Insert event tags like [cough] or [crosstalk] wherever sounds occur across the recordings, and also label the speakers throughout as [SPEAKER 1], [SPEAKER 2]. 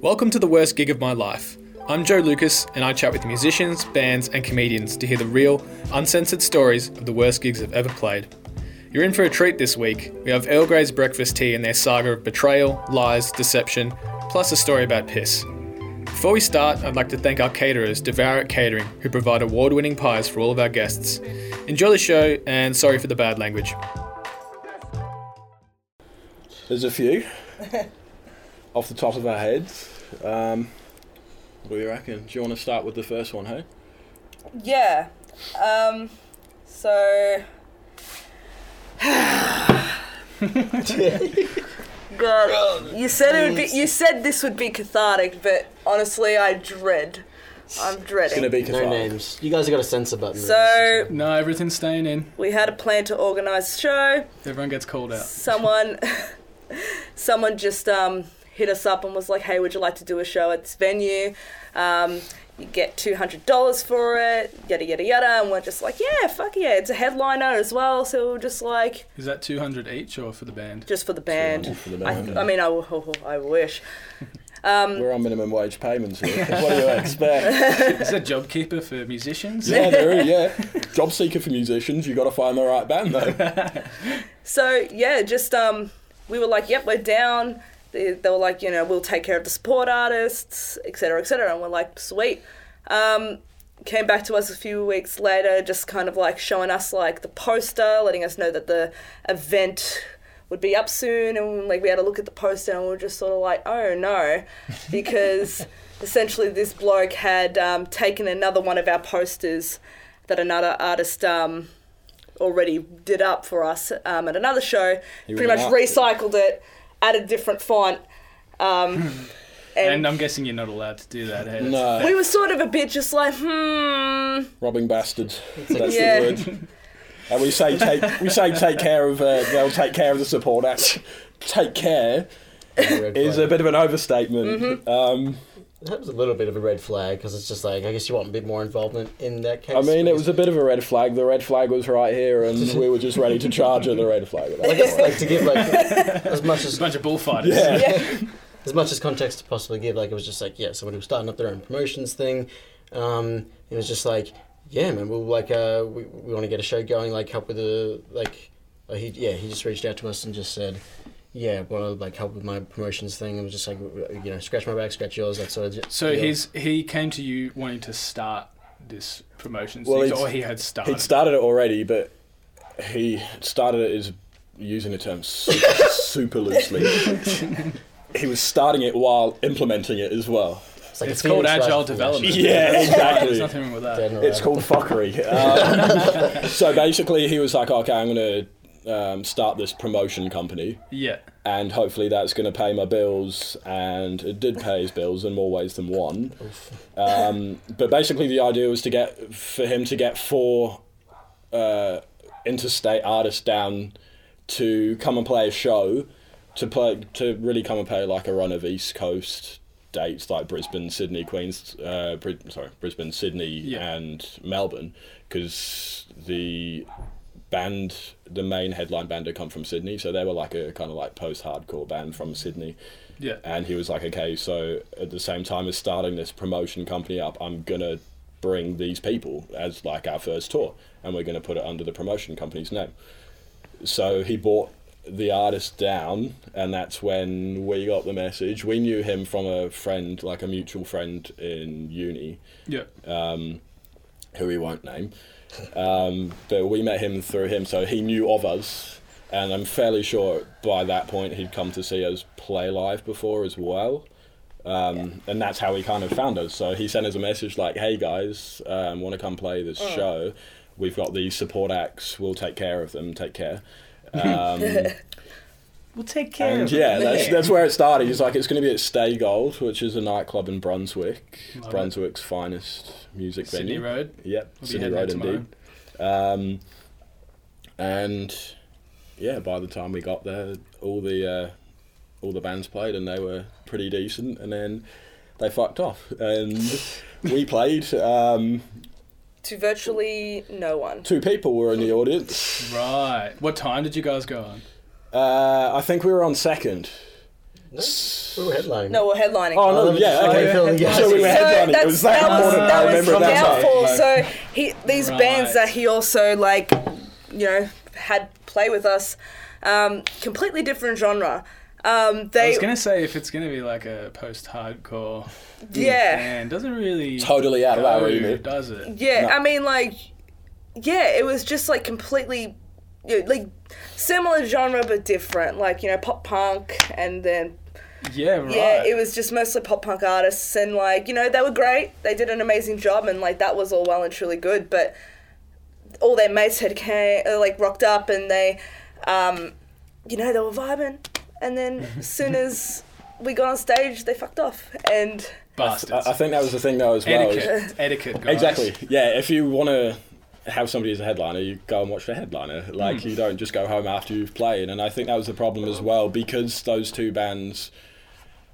[SPEAKER 1] Welcome to the worst gig of my life. I'm Joe Lucas, and I chat with musicians, bands, and comedians to hear the real, uncensored stories of the worst gigs I've ever played. You're in for a treat this week. We have Earl Grey's breakfast tea and their saga of betrayal, lies, deception, plus a story about piss. Before we start, I'd like to thank our caterers, Devour It Catering, who provide award winning pies for all of our guests. Enjoy the show, and sorry for the bad language.
[SPEAKER 2] There's a [laughs] few off the top of our heads. Um, what do you reckon? Do you want to start with the first one, hey?
[SPEAKER 3] Yeah. Um, so. God, you said it would be. You said this would be cathartic, but honestly, I dread. I'm
[SPEAKER 2] It's gonna
[SPEAKER 3] dreading.
[SPEAKER 2] be
[SPEAKER 4] No
[SPEAKER 2] cathartic.
[SPEAKER 4] names. You guys have got a censor button.
[SPEAKER 3] So
[SPEAKER 1] No, everything's staying in.
[SPEAKER 3] we had a plan to organise a show.
[SPEAKER 1] Everyone gets called out.
[SPEAKER 3] Someone, [laughs] someone just um, hit us up and was like, "Hey, would you like to do a show at this venue? Um, you get two hundred dollars for it, yada yada yada." And we're just like, "Yeah, fuck yeah!" It's a headliner as well, so we're just like,
[SPEAKER 1] Is that 200 each or for the band?
[SPEAKER 3] just for the band.
[SPEAKER 2] for the
[SPEAKER 3] I,
[SPEAKER 2] band.
[SPEAKER 3] I mean, I, [laughs] w- I wish.
[SPEAKER 2] We're on minimum wage payments here. what do you expect?
[SPEAKER 1] Is that JobKeeper for musicians?
[SPEAKER 2] yeah, there is, yeah. Job seeker for musicians, you gotta find the right band [laughs] though.
[SPEAKER 3] So yeah, just um, we were like, yep, we're down. They, they were like, you know, we'll take care of the support artists, etc., cetera, etc. Cetera. And we're like, sweet. Um, came back to us a few weeks later, just kind of like showing us like the poster, letting us know that the event would be up soon, and like we had a look at the poster, and we were just sort of like, oh no, because essentially this bloke had um, taken another one of our posters that another artist um, already did up for us um, at another show. pretty much
[SPEAKER 2] remarked
[SPEAKER 3] recycled it, added different font. Um, and
[SPEAKER 1] And uh, I'm guessing you're not allowed to do that. eh? Hey?
[SPEAKER 2] No,
[SPEAKER 3] we were sort of a bit just like, hmm.
[SPEAKER 2] robbing bastards. That's
[SPEAKER 3] Yeah.
[SPEAKER 2] the word. And we say take we say take care of uh, they'll take care of the support act. Take care is a bit of an overstatement. Um,
[SPEAKER 4] That was a little bit of a red flag because it's just like I guess you want a bit more involvement in that case.
[SPEAKER 2] I mean, it was a bit of a red flag. The red flag was right here, and we were just ready to charge at the red flag. at that
[SPEAKER 4] I [laughs] guess
[SPEAKER 2] point.
[SPEAKER 4] like to give like
[SPEAKER 2] [laughs]
[SPEAKER 4] as much
[SPEAKER 1] A
[SPEAKER 4] as
[SPEAKER 1] bunch of bullfighters.
[SPEAKER 2] Yeah.
[SPEAKER 4] as much as context to possibly give. Like it was just like yeah, someone who was starting up their own promotions thing. Um, it was just like yeah, man, we'll like uh, we we want to get a show going. Like help with the like uh, he yeah he just reached out to us and just said. Yeah, want to like help with my promotions thing. It was just like you know, scratch my back, scratch yours, that sort of.
[SPEAKER 1] So
[SPEAKER 4] deal.
[SPEAKER 1] he's he came to you wanting to start this promotions
[SPEAKER 2] Well,
[SPEAKER 1] thing,
[SPEAKER 2] he'd-
[SPEAKER 1] or he had started.
[SPEAKER 2] He'd started it already, but he started it as using the term super, super loosely. he was starting it while implementing it as well.
[SPEAKER 4] like a
[SPEAKER 1] it's called
[SPEAKER 4] phoenix rising
[SPEAKER 1] agile
[SPEAKER 4] from the
[SPEAKER 1] development.
[SPEAKER 4] ashes.
[SPEAKER 2] Yeah,
[SPEAKER 1] There's
[SPEAKER 2] exactly.
[SPEAKER 1] nothing wrong with
[SPEAKER 4] Dead
[SPEAKER 1] that.
[SPEAKER 4] and
[SPEAKER 2] It's
[SPEAKER 4] alive.
[SPEAKER 2] called fuckery. Um, [laughs] so basically, he was like, "Okay, I'm gonna um, start this promotion company."
[SPEAKER 1] Yeah.
[SPEAKER 2] And hopefully that's going to pay my bills, and it did pay his bills in more ways than one. Um, but basically, the idea was to get for him to get four uh, interstate artists down to come and play a show, to play to really come and play like a run of East Coast dates like Brisbane, Sydney, Queens, uh, Bri- sorry, Brisbane, Sydney,
[SPEAKER 1] Yeah.
[SPEAKER 2] and Melbourne, because the band, the main headline band, had come from Sydney, so they were like a kind of like post-hardcore band from Sydney.
[SPEAKER 1] Yeah.
[SPEAKER 2] And he was like, okay, so at the same time as starting this promotion company up, I'm going to bring these people as like our first tour and we're going to put it under the promotion company's name. So he bought the artist down and that's when we got the message. We knew him from a friend, like a mutual friend in uni
[SPEAKER 1] Yeah.
[SPEAKER 2] who we won't name. Um, but we met him through him, so he knew of us. And I'm fairly sure by that point he'd come to see us play live before as well. Um, And that's how he kind of found us. So he sent us a message like, hey guys, um, want to come play this
[SPEAKER 1] Oh.
[SPEAKER 2] show? We've got these support acts, we'll take care of them, take care. Um,
[SPEAKER 1] We'll take care.
[SPEAKER 2] and
[SPEAKER 1] of
[SPEAKER 2] yeah,
[SPEAKER 1] it.
[SPEAKER 2] that's, that's where it started. He's like, it's going to be at Stay Gold, which is a nightclub in Brunswick,
[SPEAKER 1] Love it.
[SPEAKER 2] Brunswick's finest
[SPEAKER 1] [laughs]
[SPEAKER 2] music
[SPEAKER 1] Sydney
[SPEAKER 2] venue.
[SPEAKER 1] Road.
[SPEAKER 2] Yep,
[SPEAKER 1] We'll be
[SPEAKER 2] Sydney
[SPEAKER 1] heading there
[SPEAKER 2] Road
[SPEAKER 1] tomorrow.
[SPEAKER 2] indeed. Um, and yeah, by the time we got there, all the uh, all the bands played and they were pretty decent, and then they fucked off, and we played. Um,
[SPEAKER 3] to virtually no one.
[SPEAKER 2] two people were in the audience.
[SPEAKER 1] Right. What time did you guys go on?
[SPEAKER 2] Uh, I think we were on second.
[SPEAKER 4] No, we were headlining.
[SPEAKER 3] No, we're headlining.
[SPEAKER 2] Oh, no,
[SPEAKER 4] Oh,
[SPEAKER 2] yeah,
[SPEAKER 4] sorry,
[SPEAKER 2] okay.
[SPEAKER 4] Phil, yeah.
[SPEAKER 2] So we were
[SPEAKER 4] So
[SPEAKER 2] headlining. it was that, important.
[SPEAKER 1] that
[SPEAKER 2] I remember
[SPEAKER 1] was
[SPEAKER 2] it that
[SPEAKER 1] downfall.
[SPEAKER 2] way.
[SPEAKER 3] downfall.
[SPEAKER 1] Like-
[SPEAKER 3] So he, these
[SPEAKER 1] Right.
[SPEAKER 3] bands that he also like, you know, had play with us, um, completely different genre. Um,
[SPEAKER 1] I
[SPEAKER 3] they,
[SPEAKER 1] was gonna say if it's gonna be like a post-hardcore,
[SPEAKER 3] yeah,
[SPEAKER 1] band, doesn't really
[SPEAKER 2] Totally out of our
[SPEAKER 1] go,
[SPEAKER 2] remit.
[SPEAKER 1] does it?
[SPEAKER 3] yeah.
[SPEAKER 2] No.
[SPEAKER 3] I mean, like, yeah, it was just like completely, you know, like, similar genre but different. Like, you know, pop punk and then
[SPEAKER 1] Yeah, right.
[SPEAKER 3] Yeah, it was just mostly pop punk artists, and like you know, they were great. They did an amazing job, and like that was all well and truly good. But all their mates had came, uh, like rocked up, and they, um, you know, they were vibing. And
[SPEAKER 1] [laughs]
[SPEAKER 3] then as soon as we got on stage, they fucked off. And
[SPEAKER 1] Bastards.
[SPEAKER 2] I, I think that was the thing though as well. is-
[SPEAKER 1] etiquette, etiquette, guys.
[SPEAKER 2] Exactly. Yeah, if you want to have somebody as a headliner, you go and watch the headliner. Like
[SPEAKER 3] Hmm.
[SPEAKER 2] you don't just go home after you've played. And I think that was the problem as well because those two bands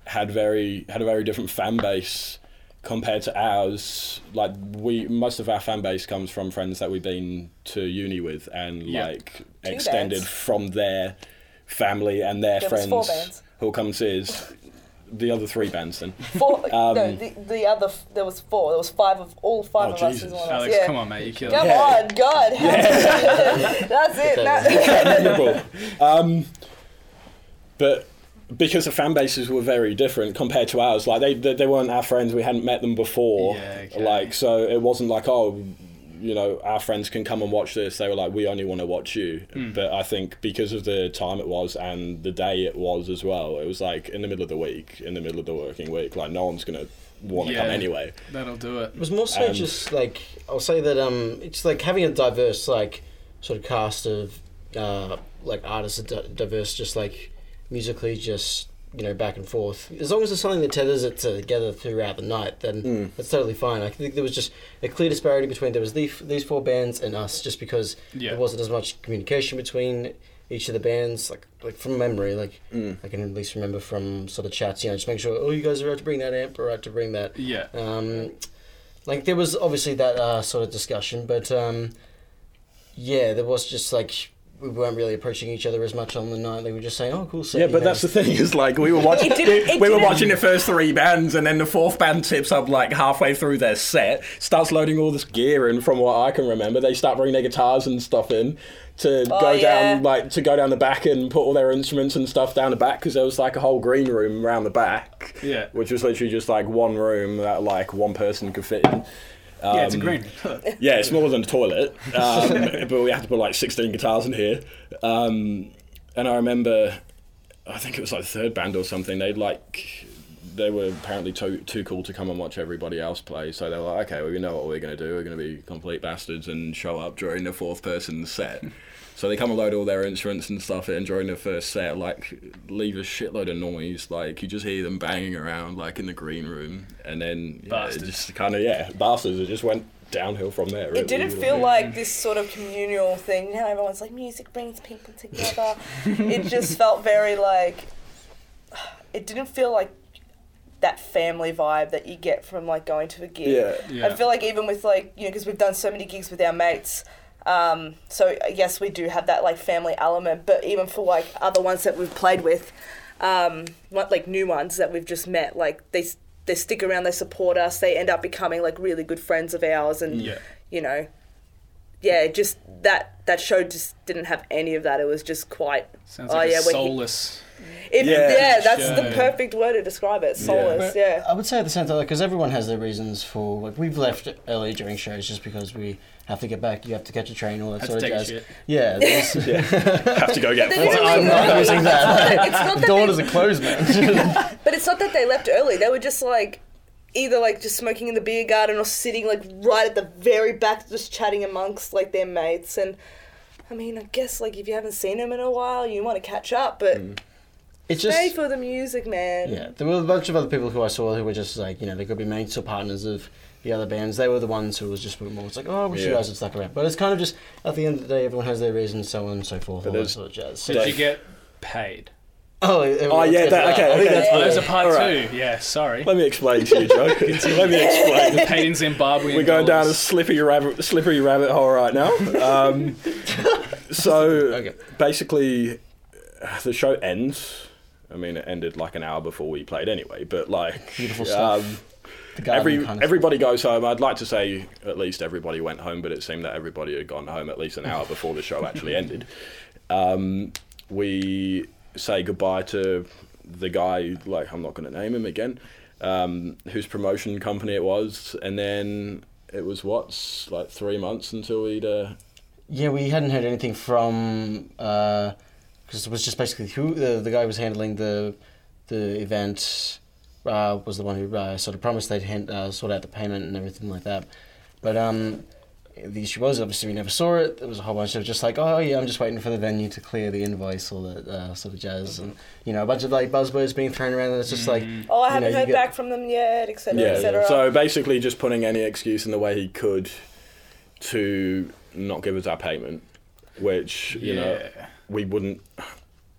[SPEAKER 2] had very had a very different fan base compared to ours. Like we most of our fan base comes from friends that we've been to uni with and
[SPEAKER 1] Yeah.
[SPEAKER 2] like extended
[SPEAKER 3] bands.
[SPEAKER 2] from their family and their
[SPEAKER 3] There was
[SPEAKER 2] friends
[SPEAKER 3] four bands.
[SPEAKER 2] who come to us. The other three bands then.
[SPEAKER 1] [laughs]
[SPEAKER 3] four,
[SPEAKER 2] Um,
[SPEAKER 3] no, the, the other f- there was four. There was five of all five
[SPEAKER 2] Oh,
[SPEAKER 3] of
[SPEAKER 2] Jesus.
[SPEAKER 3] us. was on us,
[SPEAKER 1] Alex,
[SPEAKER 3] yeah.
[SPEAKER 1] come on, mate, you killed
[SPEAKER 3] Come
[SPEAKER 1] it.
[SPEAKER 3] on, God, [laughs] that's it. that-
[SPEAKER 2] memorable. Um, but because the fan bases were very different compared to ours, like they they, they weren't our friends. We hadn't met them before.
[SPEAKER 1] Yeah, okay.
[SPEAKER 2] Like so, it wasn't like oh, you know, our friends can come and watch this. They were like, we only want to watch you.
[SPEAKER 1] Hmm.
[SPEAKER 2] But I think because of the time it was and the day it was as well, it was like in the middle of the week, in the middle of the working week. Like no one's gonna want to
[SPEAKER 1] Yeah.
[SPEAKER 2] come anyway.
[SPEAKER 1] [laughs] That'll do it.
[SPEAKER 4] It was more so
[SPEAKER 2] And-
[SPEAKER 4] just like I'll say that um, it's like having a diverse like sort of cast of uh, like artists, are di- diverse just like musically, just you know back and forth. As long as there's something that tethers it together throughout the night, then that's totally fine. I think there was just a clear disparity between there was these these four bands and us, just because
[SPEAKER 1] Yeah.
[SPEAKER 4] there wasn't as much communication between each of the bands. Like like from memory, like I can at least remember from sort of chats. You know, just make sure oh you guys are right to bring that amp, or right to bring that.
[SPEAKER 1] Yeah.
[SPEAKER 4] Um, like there was obviously that uh, sort of discussion, but um, yeah, there was just like we weren't really approaching each other as much on the night. They were just saying, "Oh, cool." set,"
[SPEAKER 2] Yeah,
[SPEAKER 4] you
[SPEAKER 2] but
[SPEAKER 4] know.
[SPEAKER 2] that's the thing is like we were watching
[SPEAKER 3] [laughs] It didn't- it
[SPEAKER 2] we were
[SPEAKER 3] didn't-
[SPEAKER 2] watching the first three bands and then the fourth band tips up like halfway through their set, starts loading all this gear in from what I can remember. They start bringing their guitars and stuff in to
[SPEAKER 3] Oh,
[SPEAKER 2] go
[SPEAKER 3] yeah.
[SPEAKER 2] down like to go down the back and put all their instruments and stuff down the back because there was like a whole green room around the back.
[SPEAKER 1] Yeah.
[SPEAKER 2] Which was literally just like one room that like one person could fit in.
[SPEAKER 1] yeah, it's a green room.
[SPEAKER 2] Yeah, it's smaller than a toilet,
[SPEAKER 3] [laughs]
[SPEAKER 2] um, but we had to put like 16 guitars in here. Um, and I remember, I think it was like the third band or something. They like, they were apparently too too cool to come and watch everybody else play. So they were like, okay, well, we know what we're gonna do. We're gonna be complete bastards and show up during the fourth person's set. So they come and load all their instruments and stuff in during the first set, like leave a shitload of noise. Like you just hear them banging around, like in the green room, and then yeah, it
[SPEAKER 1] Bastards.
[SPEAKER 2] just kind of yeah, bastards. It just went downhill from there. really,
[SPEAKER 3] It didn't
[SPEAKER 2] wasn't
[SPEAKER 3] feel like this sort of communal thing. Now everyone's like, music brings people together.
[SPEAKER 2] [laughs]
[SPEAKER 3] it just felt very like. It didn't feel like that family vibe that you get from like going to a gig.
[SPEAKER 2] Yeah.
[SPEAKER 1] Yeah.
[SPEAKER 3] I feel like even with like you know because we've done so many gigs with our mates. Um, so yes, we do have that like family element, but even for like other ones that we've played with, um, what- like new ones that we've just met, like they s- they stick around, they support us, they end up becoming like really good friends of ours,
[SPEAKER 1] [laughs] [laughs]
[SPEAKER 3] and
[SPEAKER 1] Yeah.
[SPEAKER 3] you know, yeah, it just that that show just didn't have any of that. It was just quite
[SPEAKER 1] Sounds like
[SPEAKER 3] oh yeah,
[SPEAKER 1] a
[SPEAKER 3] when he-
[SPEAKER 1] soulless.
[SPEAKER 3] it-
[SPEAKER 2] Yeah.
[SPEAKER 3] yeah, that's the
[SPEAKER 1] show.
[SPEAKER 3] perfect word to describe it. Soulless, yeah.
[SPEAKER 1] uh,
[SPEAKER 4] I would say at the same time, because everyone has their reasons for like we've left early during shows just because we have to get back. You have to catch a train, all that
[SPEAKER 1] Had to
[SPEAKER 4] sort
[SPEAKER 1] take a
[SPEAKER 4] of jazz.
[SPEAKER 1] shit.
[SPEAKER 3] [laughs]
[SPEAKER 4] Yeah, that's-
[SPEAKER 2] Have to go get
[SPEAKER 3] But they didn't
[SPEAKER 2] one.
[SPEAKER 4] I'm
[SPEAKER 3] leave
[SPEAKER 4] not
[SPEAKER 3] early.
[SPEAKER 4] using
[SPEAKER 3] It's
[SPEAKER 4] that.
[SPEAKER 3] not
[SPEAKER 4] [laughs] the
[SPEAKER 3] that
[SPEAKER 4] doors
[SPEAKER 3] they-
[SPEAKER 4] are closed, man. [laughs]
[SPEAKER 3] But it's not that they left early. They were just like either like just smoking in the beer garden or sitting like right at the very back, just chatting amongst like their mates. And I mean, I guess like if you haven't seen them in a while, you want to catch up, but
[SPEAKER 4] It's
[SPEAKER 3] stay
[SPEAKER 4] Mm. just
[SPEAKER 3] for the music, man.
[SPEAKER 4] Yeah, there were a bunch of other people who I saw who were just like, you know, they could be mates or partners of the other bands. They were the ones who was just more it's like, oh, I wish you
[SPEAKER 2] Yeah.
[SPEAKER 4] guys had stuck around. But it's kind of just at the end of the day, everyone has their reasons, so on and so forth, all that
[SPEAKER 2] there's-
[SPEAKER 4] sort of jazz.
[SPEAKER 1] Did you get paid?
[SPEAKER 4] Oh, it-
[SPEAKER 2] Oh,
[SPEAKER 4] let's
[SPEAKER 2] yeah,
[SPEAKER 4] get
[SPEAKER 2] that-
[SPEAKER 4] to
[SPEAKER 2] okay,
[SPEAKER 4] I think
[SPEAKER 2] okay.
[SPEAKER 4] that's
[SPEAKER 2] Oh,
[SPEAKER 1] Oh, there's
[SPEAKER 4] what-
[SPEAKER 1] a part
[SPEAKER 2] All right.
[SPEAKER 1] two. Yeah, sorry.
[SPEAKER 2] Let me explain to you, Joe. Let me
[SPEAKER 1] [laughs]
[SPEAKER 2] explain.
[SPEAKER 1] Paid in Zimbabwe.
[SPEAKER 2] We're going down a slippery rabbit, slippery rabbit hole right now. Um, so
[SPEAKER 4] Okay.
[SPEAKER 2] basically, uh, the show ends. I mean, it ended like an hour before we played anyway. But like,
[SPEAKER 5] Beautiful stuff.
[SPEAKER 2] Um,
[SPEAKER 5] The garden
[SPEAKER 2] every
[SPEAKER 5] kind of
[SPEAKER 2] everybody goes home. I'd like to say at least everybody went home, but it seemed that everybody had gone home at least an hour before the show
[SPEAKER 5] [laughs]
[SPEAKER 2] actually ended. Um, we say goodbye to the guy. Like, I'm not going to name him again. Um, whose promotion company it was, and then it was what's like three months until we'd. Uh,
[SPEAKER 4] Yeah, we hadn't heard anything from because it was just basically who the, the guy who was handling the the event uh, was the one who uh, sort of promised they'd hand, uh, sort out the payment and everything like that. But um, the issue was obviously we never saw it. There was a whole bunch of just like, oh yeah, I'm just waiting for the venue to clear the invoice, all that uh, sort of jazz, and you know, a bunch of like buzzwords being thrown around, and it's just like,
[SPEAKER 3] Oh, I
[SPEAKER 4] you know,
[SPEAKER 3] haven't
[SPEAKER 4] you
[SPEAKER 3] heard
[SPEAKER 4] get-
[SPEAKER 3] back from them yet, etc.,
[SPEAKER 2] yeah.
[SPEAKER 3] etc.
[SPEAKER 2] So basically, just putting any excuse in the way he could to not give us our payment, which you know
[SPEAKER 1] Yeah.
[SPEAKER 2] we wouldn't.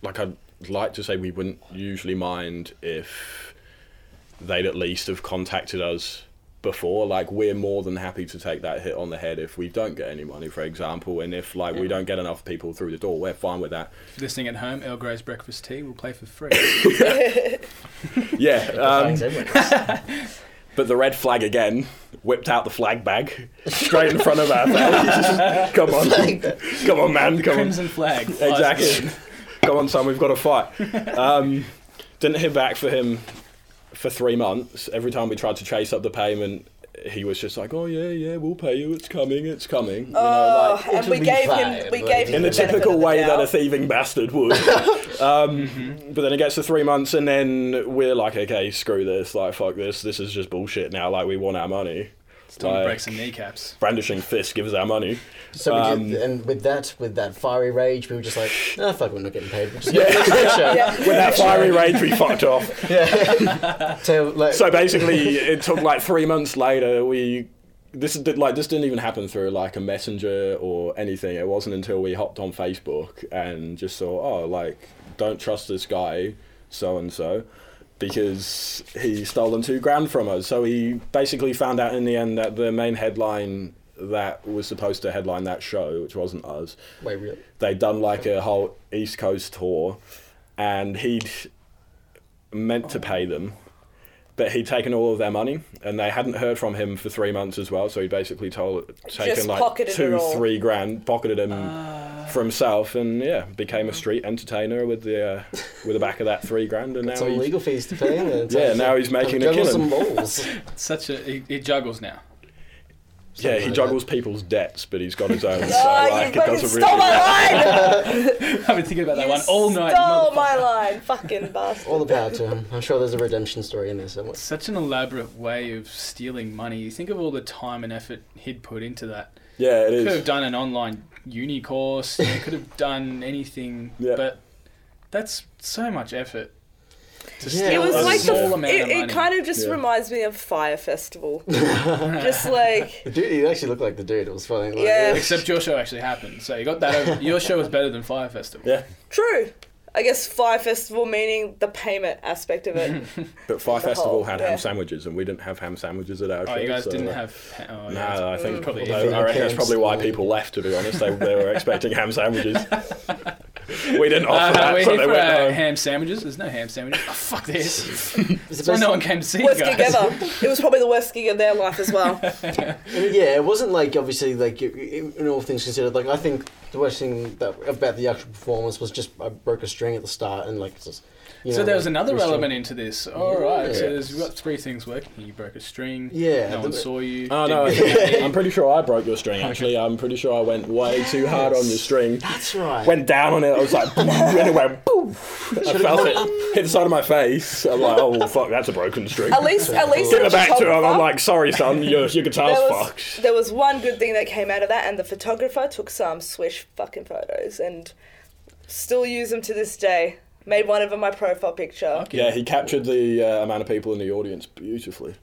[SPEAKER 2] Like I'd like to say, we wouldn't usually mind if they'd at least have contacted us before. Like we're more than happy to take that hit on the head if we don't get any money, for example, and if like we don't get enough people through the door, we're fine with that.
[SPEAKER 1] Listening at home, Earl Grey's breakfast tea will play for free.
[SPEAKER 2] Yeah. Um,
[SPEAKER 4] [laughs] thanks everyone.
[SPEAKER 2] But the red flag again whipped out the flag bag [laughs] straight in front of our face. come on, come on, man, come on.
[SPEAKER 1] Crimson flag. flies
[SPEAKER 2] Exactly.
[SPEAKER 1] again.
[SPEAKER 2] [laughs] come on, son, we've got to fight. Um, didn't hear back for him for three months. Every time we tried to chase up the payment, he was just like, "Oh yeah, yeah, we'll pay you. It's coming. It's coming." You know,
[SPEAKER 3] Oh,
[SPEAKER 2] like,
[SPEAKER 3] [laughs] and we
[SPEAKER 4] be
[SPEAKER 3] gave
[SPEAKER 4] fine,
[SPEAKER 3] him we
[SPEAKER 4] like-
[SPEAKER 3] gave him
[SPEAKER 2] in the
[SPEAKER 3] benefit
[SPEAKER 2] typical
[SPEAKER 3] of the
[SPEAKER 2] way
[SPEAKER 3] doubt. Mm-hmm.
[SPEAKER 2] that a thieving bastard would.
[SPEAKER 3] [laughs]
[SPEAKER 2] um, But then it gets to three months, and then we're like, okay, screw this, like, fuck this, this is just bullshit now, like, we want our money.
[SPEAKER 1] It's time to
[SPEAKER 2] Like,
[SPEAKER 1] break some kneecaps.
[SPEAKER 2] Brandishing fist gives our money.
[SPEAKER 4] So we did, and with that, with that fiery rage, we were just like, oh fuck, we're not getting paid. We're just yeah.
[SPEAKER 1] [laughs]
[SPEAKER 3] Yeah.
[SPEAKER 2] With that fiery rage, we fucked off.
[SPEAKER 4] [laughs] So, like,
[SPEAKER 2] So basically, it took like three months later. We this did like this didn't even happen through like a messenger or anything. It wasn't until we hopped on Facebook and just saw oh like don't trust this guy so and so because he stolen two grand from us. So he basically found out in the end that the main headline that was supposed to headline that show, which wasn't us,
[SPEAKER 4] wait, really?
[SPEAKER 2] they'd done like a whole East Coast tour, and he'd meant to pay them, but he'd taken all of their money, and they hadn't heard from him for three months as well. So he basically told taken
[SPEAKER 3] Just
[SPEAKER 2] like
[SPEAKER 3] pocketed it
[SPEAKER 2] two,
[SPEAKER 3] all. Ah.
[SPEAKER 2] three grand, pocketed him
[SPEAKER 1] Uh,
[SPEAKER 2] for himself, and yeah, became a street entertainer with the uh, with the back of that three grand, and now
[SPEAKER 4] Some
[SPEAKER 2] he's,
[SPEAKER 4] legal fees to pay. And it's
[SPEAKER 2] Yeah,
[SPEAKER 4] like-
[SPEAKER 2] now he's making a
[SPEAKER 4] juggle
[SPEAKER 2] killing.
[SPEAKER 4] some balls.
[SPEAKER 1] It's Such a he, he juggles now.
[SPEAKER 2] yeah, he
[SPEAKER 4] like
[SPEAKER 2] juggles people's debts, but he's got his
[SPEAKER 3] [laughs]
[SPEAKER 2] own. so
[SPEAKER 3] Ah,
[SPEAKER 2] like, [laughs]
[SPEAKER 3] you
[SPEAKER 2] it
[SPEAKER 3] fucking
[SPEAKER 2] doesn't
[SPEAKER 3] stole
[SPEAKER 2] really.
[SPEAKER 3] my line!
[SPEAKER 1] I've been thinking about that
[SPEAKER 3] You
[SPEAKER 1] one all night.
[SPEAKER 3] Stole
[SPEAKER 1] motherfucker.
[SPEAKER 3] my line, fucking bastard.
[SPEAKER 4] All the power to him. I'm sure there's a redemption story in there somewhere.
[SPEAKER 1] Such an elaborate way of stealing money. You think of all the time and effort he'd put into that.
[SPEAKER 2] yeah, it
[SPEAKER 1] Could have
[SPEAKER 2] is.
[SPEAKER 1] done an online uni course. you know, could have done anything.
[SPEAKER 2] [laughs] Yeah.
[SPEAKER 1] But that's so much effort. To
[SPEAKER 4] Yeah.
[SPEAKER 1] steal
[SPEAKER 3] It was
[SPEAKER 1] a
[SPEAKER 3] like
[SPEAKER 1] small
[SPEAKER 3] the,
[SPEAKER 1] amount
[SPEAKER 3] it,
[SPEAKER 1] of
[SPEAKER 3] it
[SPEAKER 1] money.
[SPEAKER 3] kind of just
[SPEAKER 2] Yeah.
[SPEAKER 3] reminds me of Fire
[SPEAKER 2] [laughs]
[SPEAKER 3] Festival. just like
[SPEAKER 4] The dude, he actually looked like the dude. It was funny. Like,
[SPEAKER 3] Yeah.
[SPEAKER 1] [laughs] Except your show actually happened, so you got that. Over. Your show was better than Fire Festival.
[SPEAKER 2] Yeah,
[SPEAKER 3] true. I guess Fire Festival meaning the payment aspect
[SPEAKER 1] [laughs]
[SPEAKER 3] of it.
[SPEAKER 2] but Fire
[SPEAKER 3] The
[SPEAKER 2] Festival
[SPEAKER 3] whole-
[SPEAKER 2] had
[SPEAKER 3] yeah.
[SPEAKER 2] ham sandwiches, and we didn't have ham sandwiches at our show.
[SPEAKER 1] Oh, you guys
[SPEAKER 2] so, uh,
[SPEAKER 1] didn't
[SPEAKER 2] like-
[SPEAKER 1] have. Oh, yeah,
[SPEAKER 2] No, I think
[SPEAKER 1] probably.
[SPEAKER 2] I I reckon that's probably why people left. To be honest, they, they were expecting ham sandwiches. We didn't
[SPEAKER 1] Uh,
[SPEAKER 2] offer that,
[SPEAKER 1] we're
[SPEAKER 2] so
[SPEAKER 1] here
[SPEAKER 2] they
[SPEAKER 1] for
[SPEAKER 2] went "Oh."
[SPEAKER 1] our
[SPEAKER 2] home.
[SPEAKER 1] ham sandwiches. There's no ham sandwiches. [laughs] Oh, fuck
[SPEAKER 2] [laughs]
[SPEAKER 1] this.
[SPEAKER 4] It's the
[SPEAKER 1] That's why
[SPEAKER 4] best-
[SPEAKER 1] no one came to see you
[SPEAKER 3] worst
[SPEAKER 1] guys.
[SPEAKER 3] gig ever. It was probably the worst gig of their life
[SPEAKER 1] [laughs]
[SPEAKER 3] as well.
[SPEAKER 4] and yeah, it wasn't like obviously like it- it- in all things considered. Like I think the worst thing that, about the actual performance was just I broke a string at the start and like. Just, you
[SPEAKER 1] So
[SPEAKER 4] know,
[SPEAKER 1] there
[SPEAKER 4] like,
[SPEAKER 1] was another
[SPEAKER 4] restraint.
[SPEAKER 1] element into this. All right. So
[SPEAKER 4] Yeah.
[SPEAKER 1] there's we've got three things working. You broke a string.
[SPEAKER 4] Yeah,
[SPEAKER 1] No
[SPEAKER 4] the-
[SPEAKER 1] one saw you.
[SPEAKER 2] Oh no! I
[SPEAKER 1] didn't get
[SPEAKER 2] think- I'm pretty sure I broke your string. Actually, I'm pretty sure I went way too hard on your string.
[SPEAKER 4] That's right.
[SPEAKER 2] Went down on it. I was like, [laughs] boom, and it went poof. I felt it hit the side of my face. I'm like, oh fuck, that's a broken string.
[SPEAKER 3] At least, at least
[SPEAKER 2] Give
[SPEAKER 3] it
[SPEAKER 2] it
[SPEAKER 3] was
[SPEAKER 2] back to him. I'm
[SPEAKER 3] photographer.
[SPEAKER 2] like, sorry, son, your your guitar's
[SPEAKER 3] there was,
[SPEAKER 2] fucked.
[SPEAKER 3] there was one good thing that came out of that, and the photographer took some swish fucking photos and still use them to this day. Made one of them my profile picture.
[SPEAKER 2] [laughs] Yeah, he captured the uh, amount of people in the
[SPEAKER 1] [laughs]
[SPEAKER 2] audience beautifully.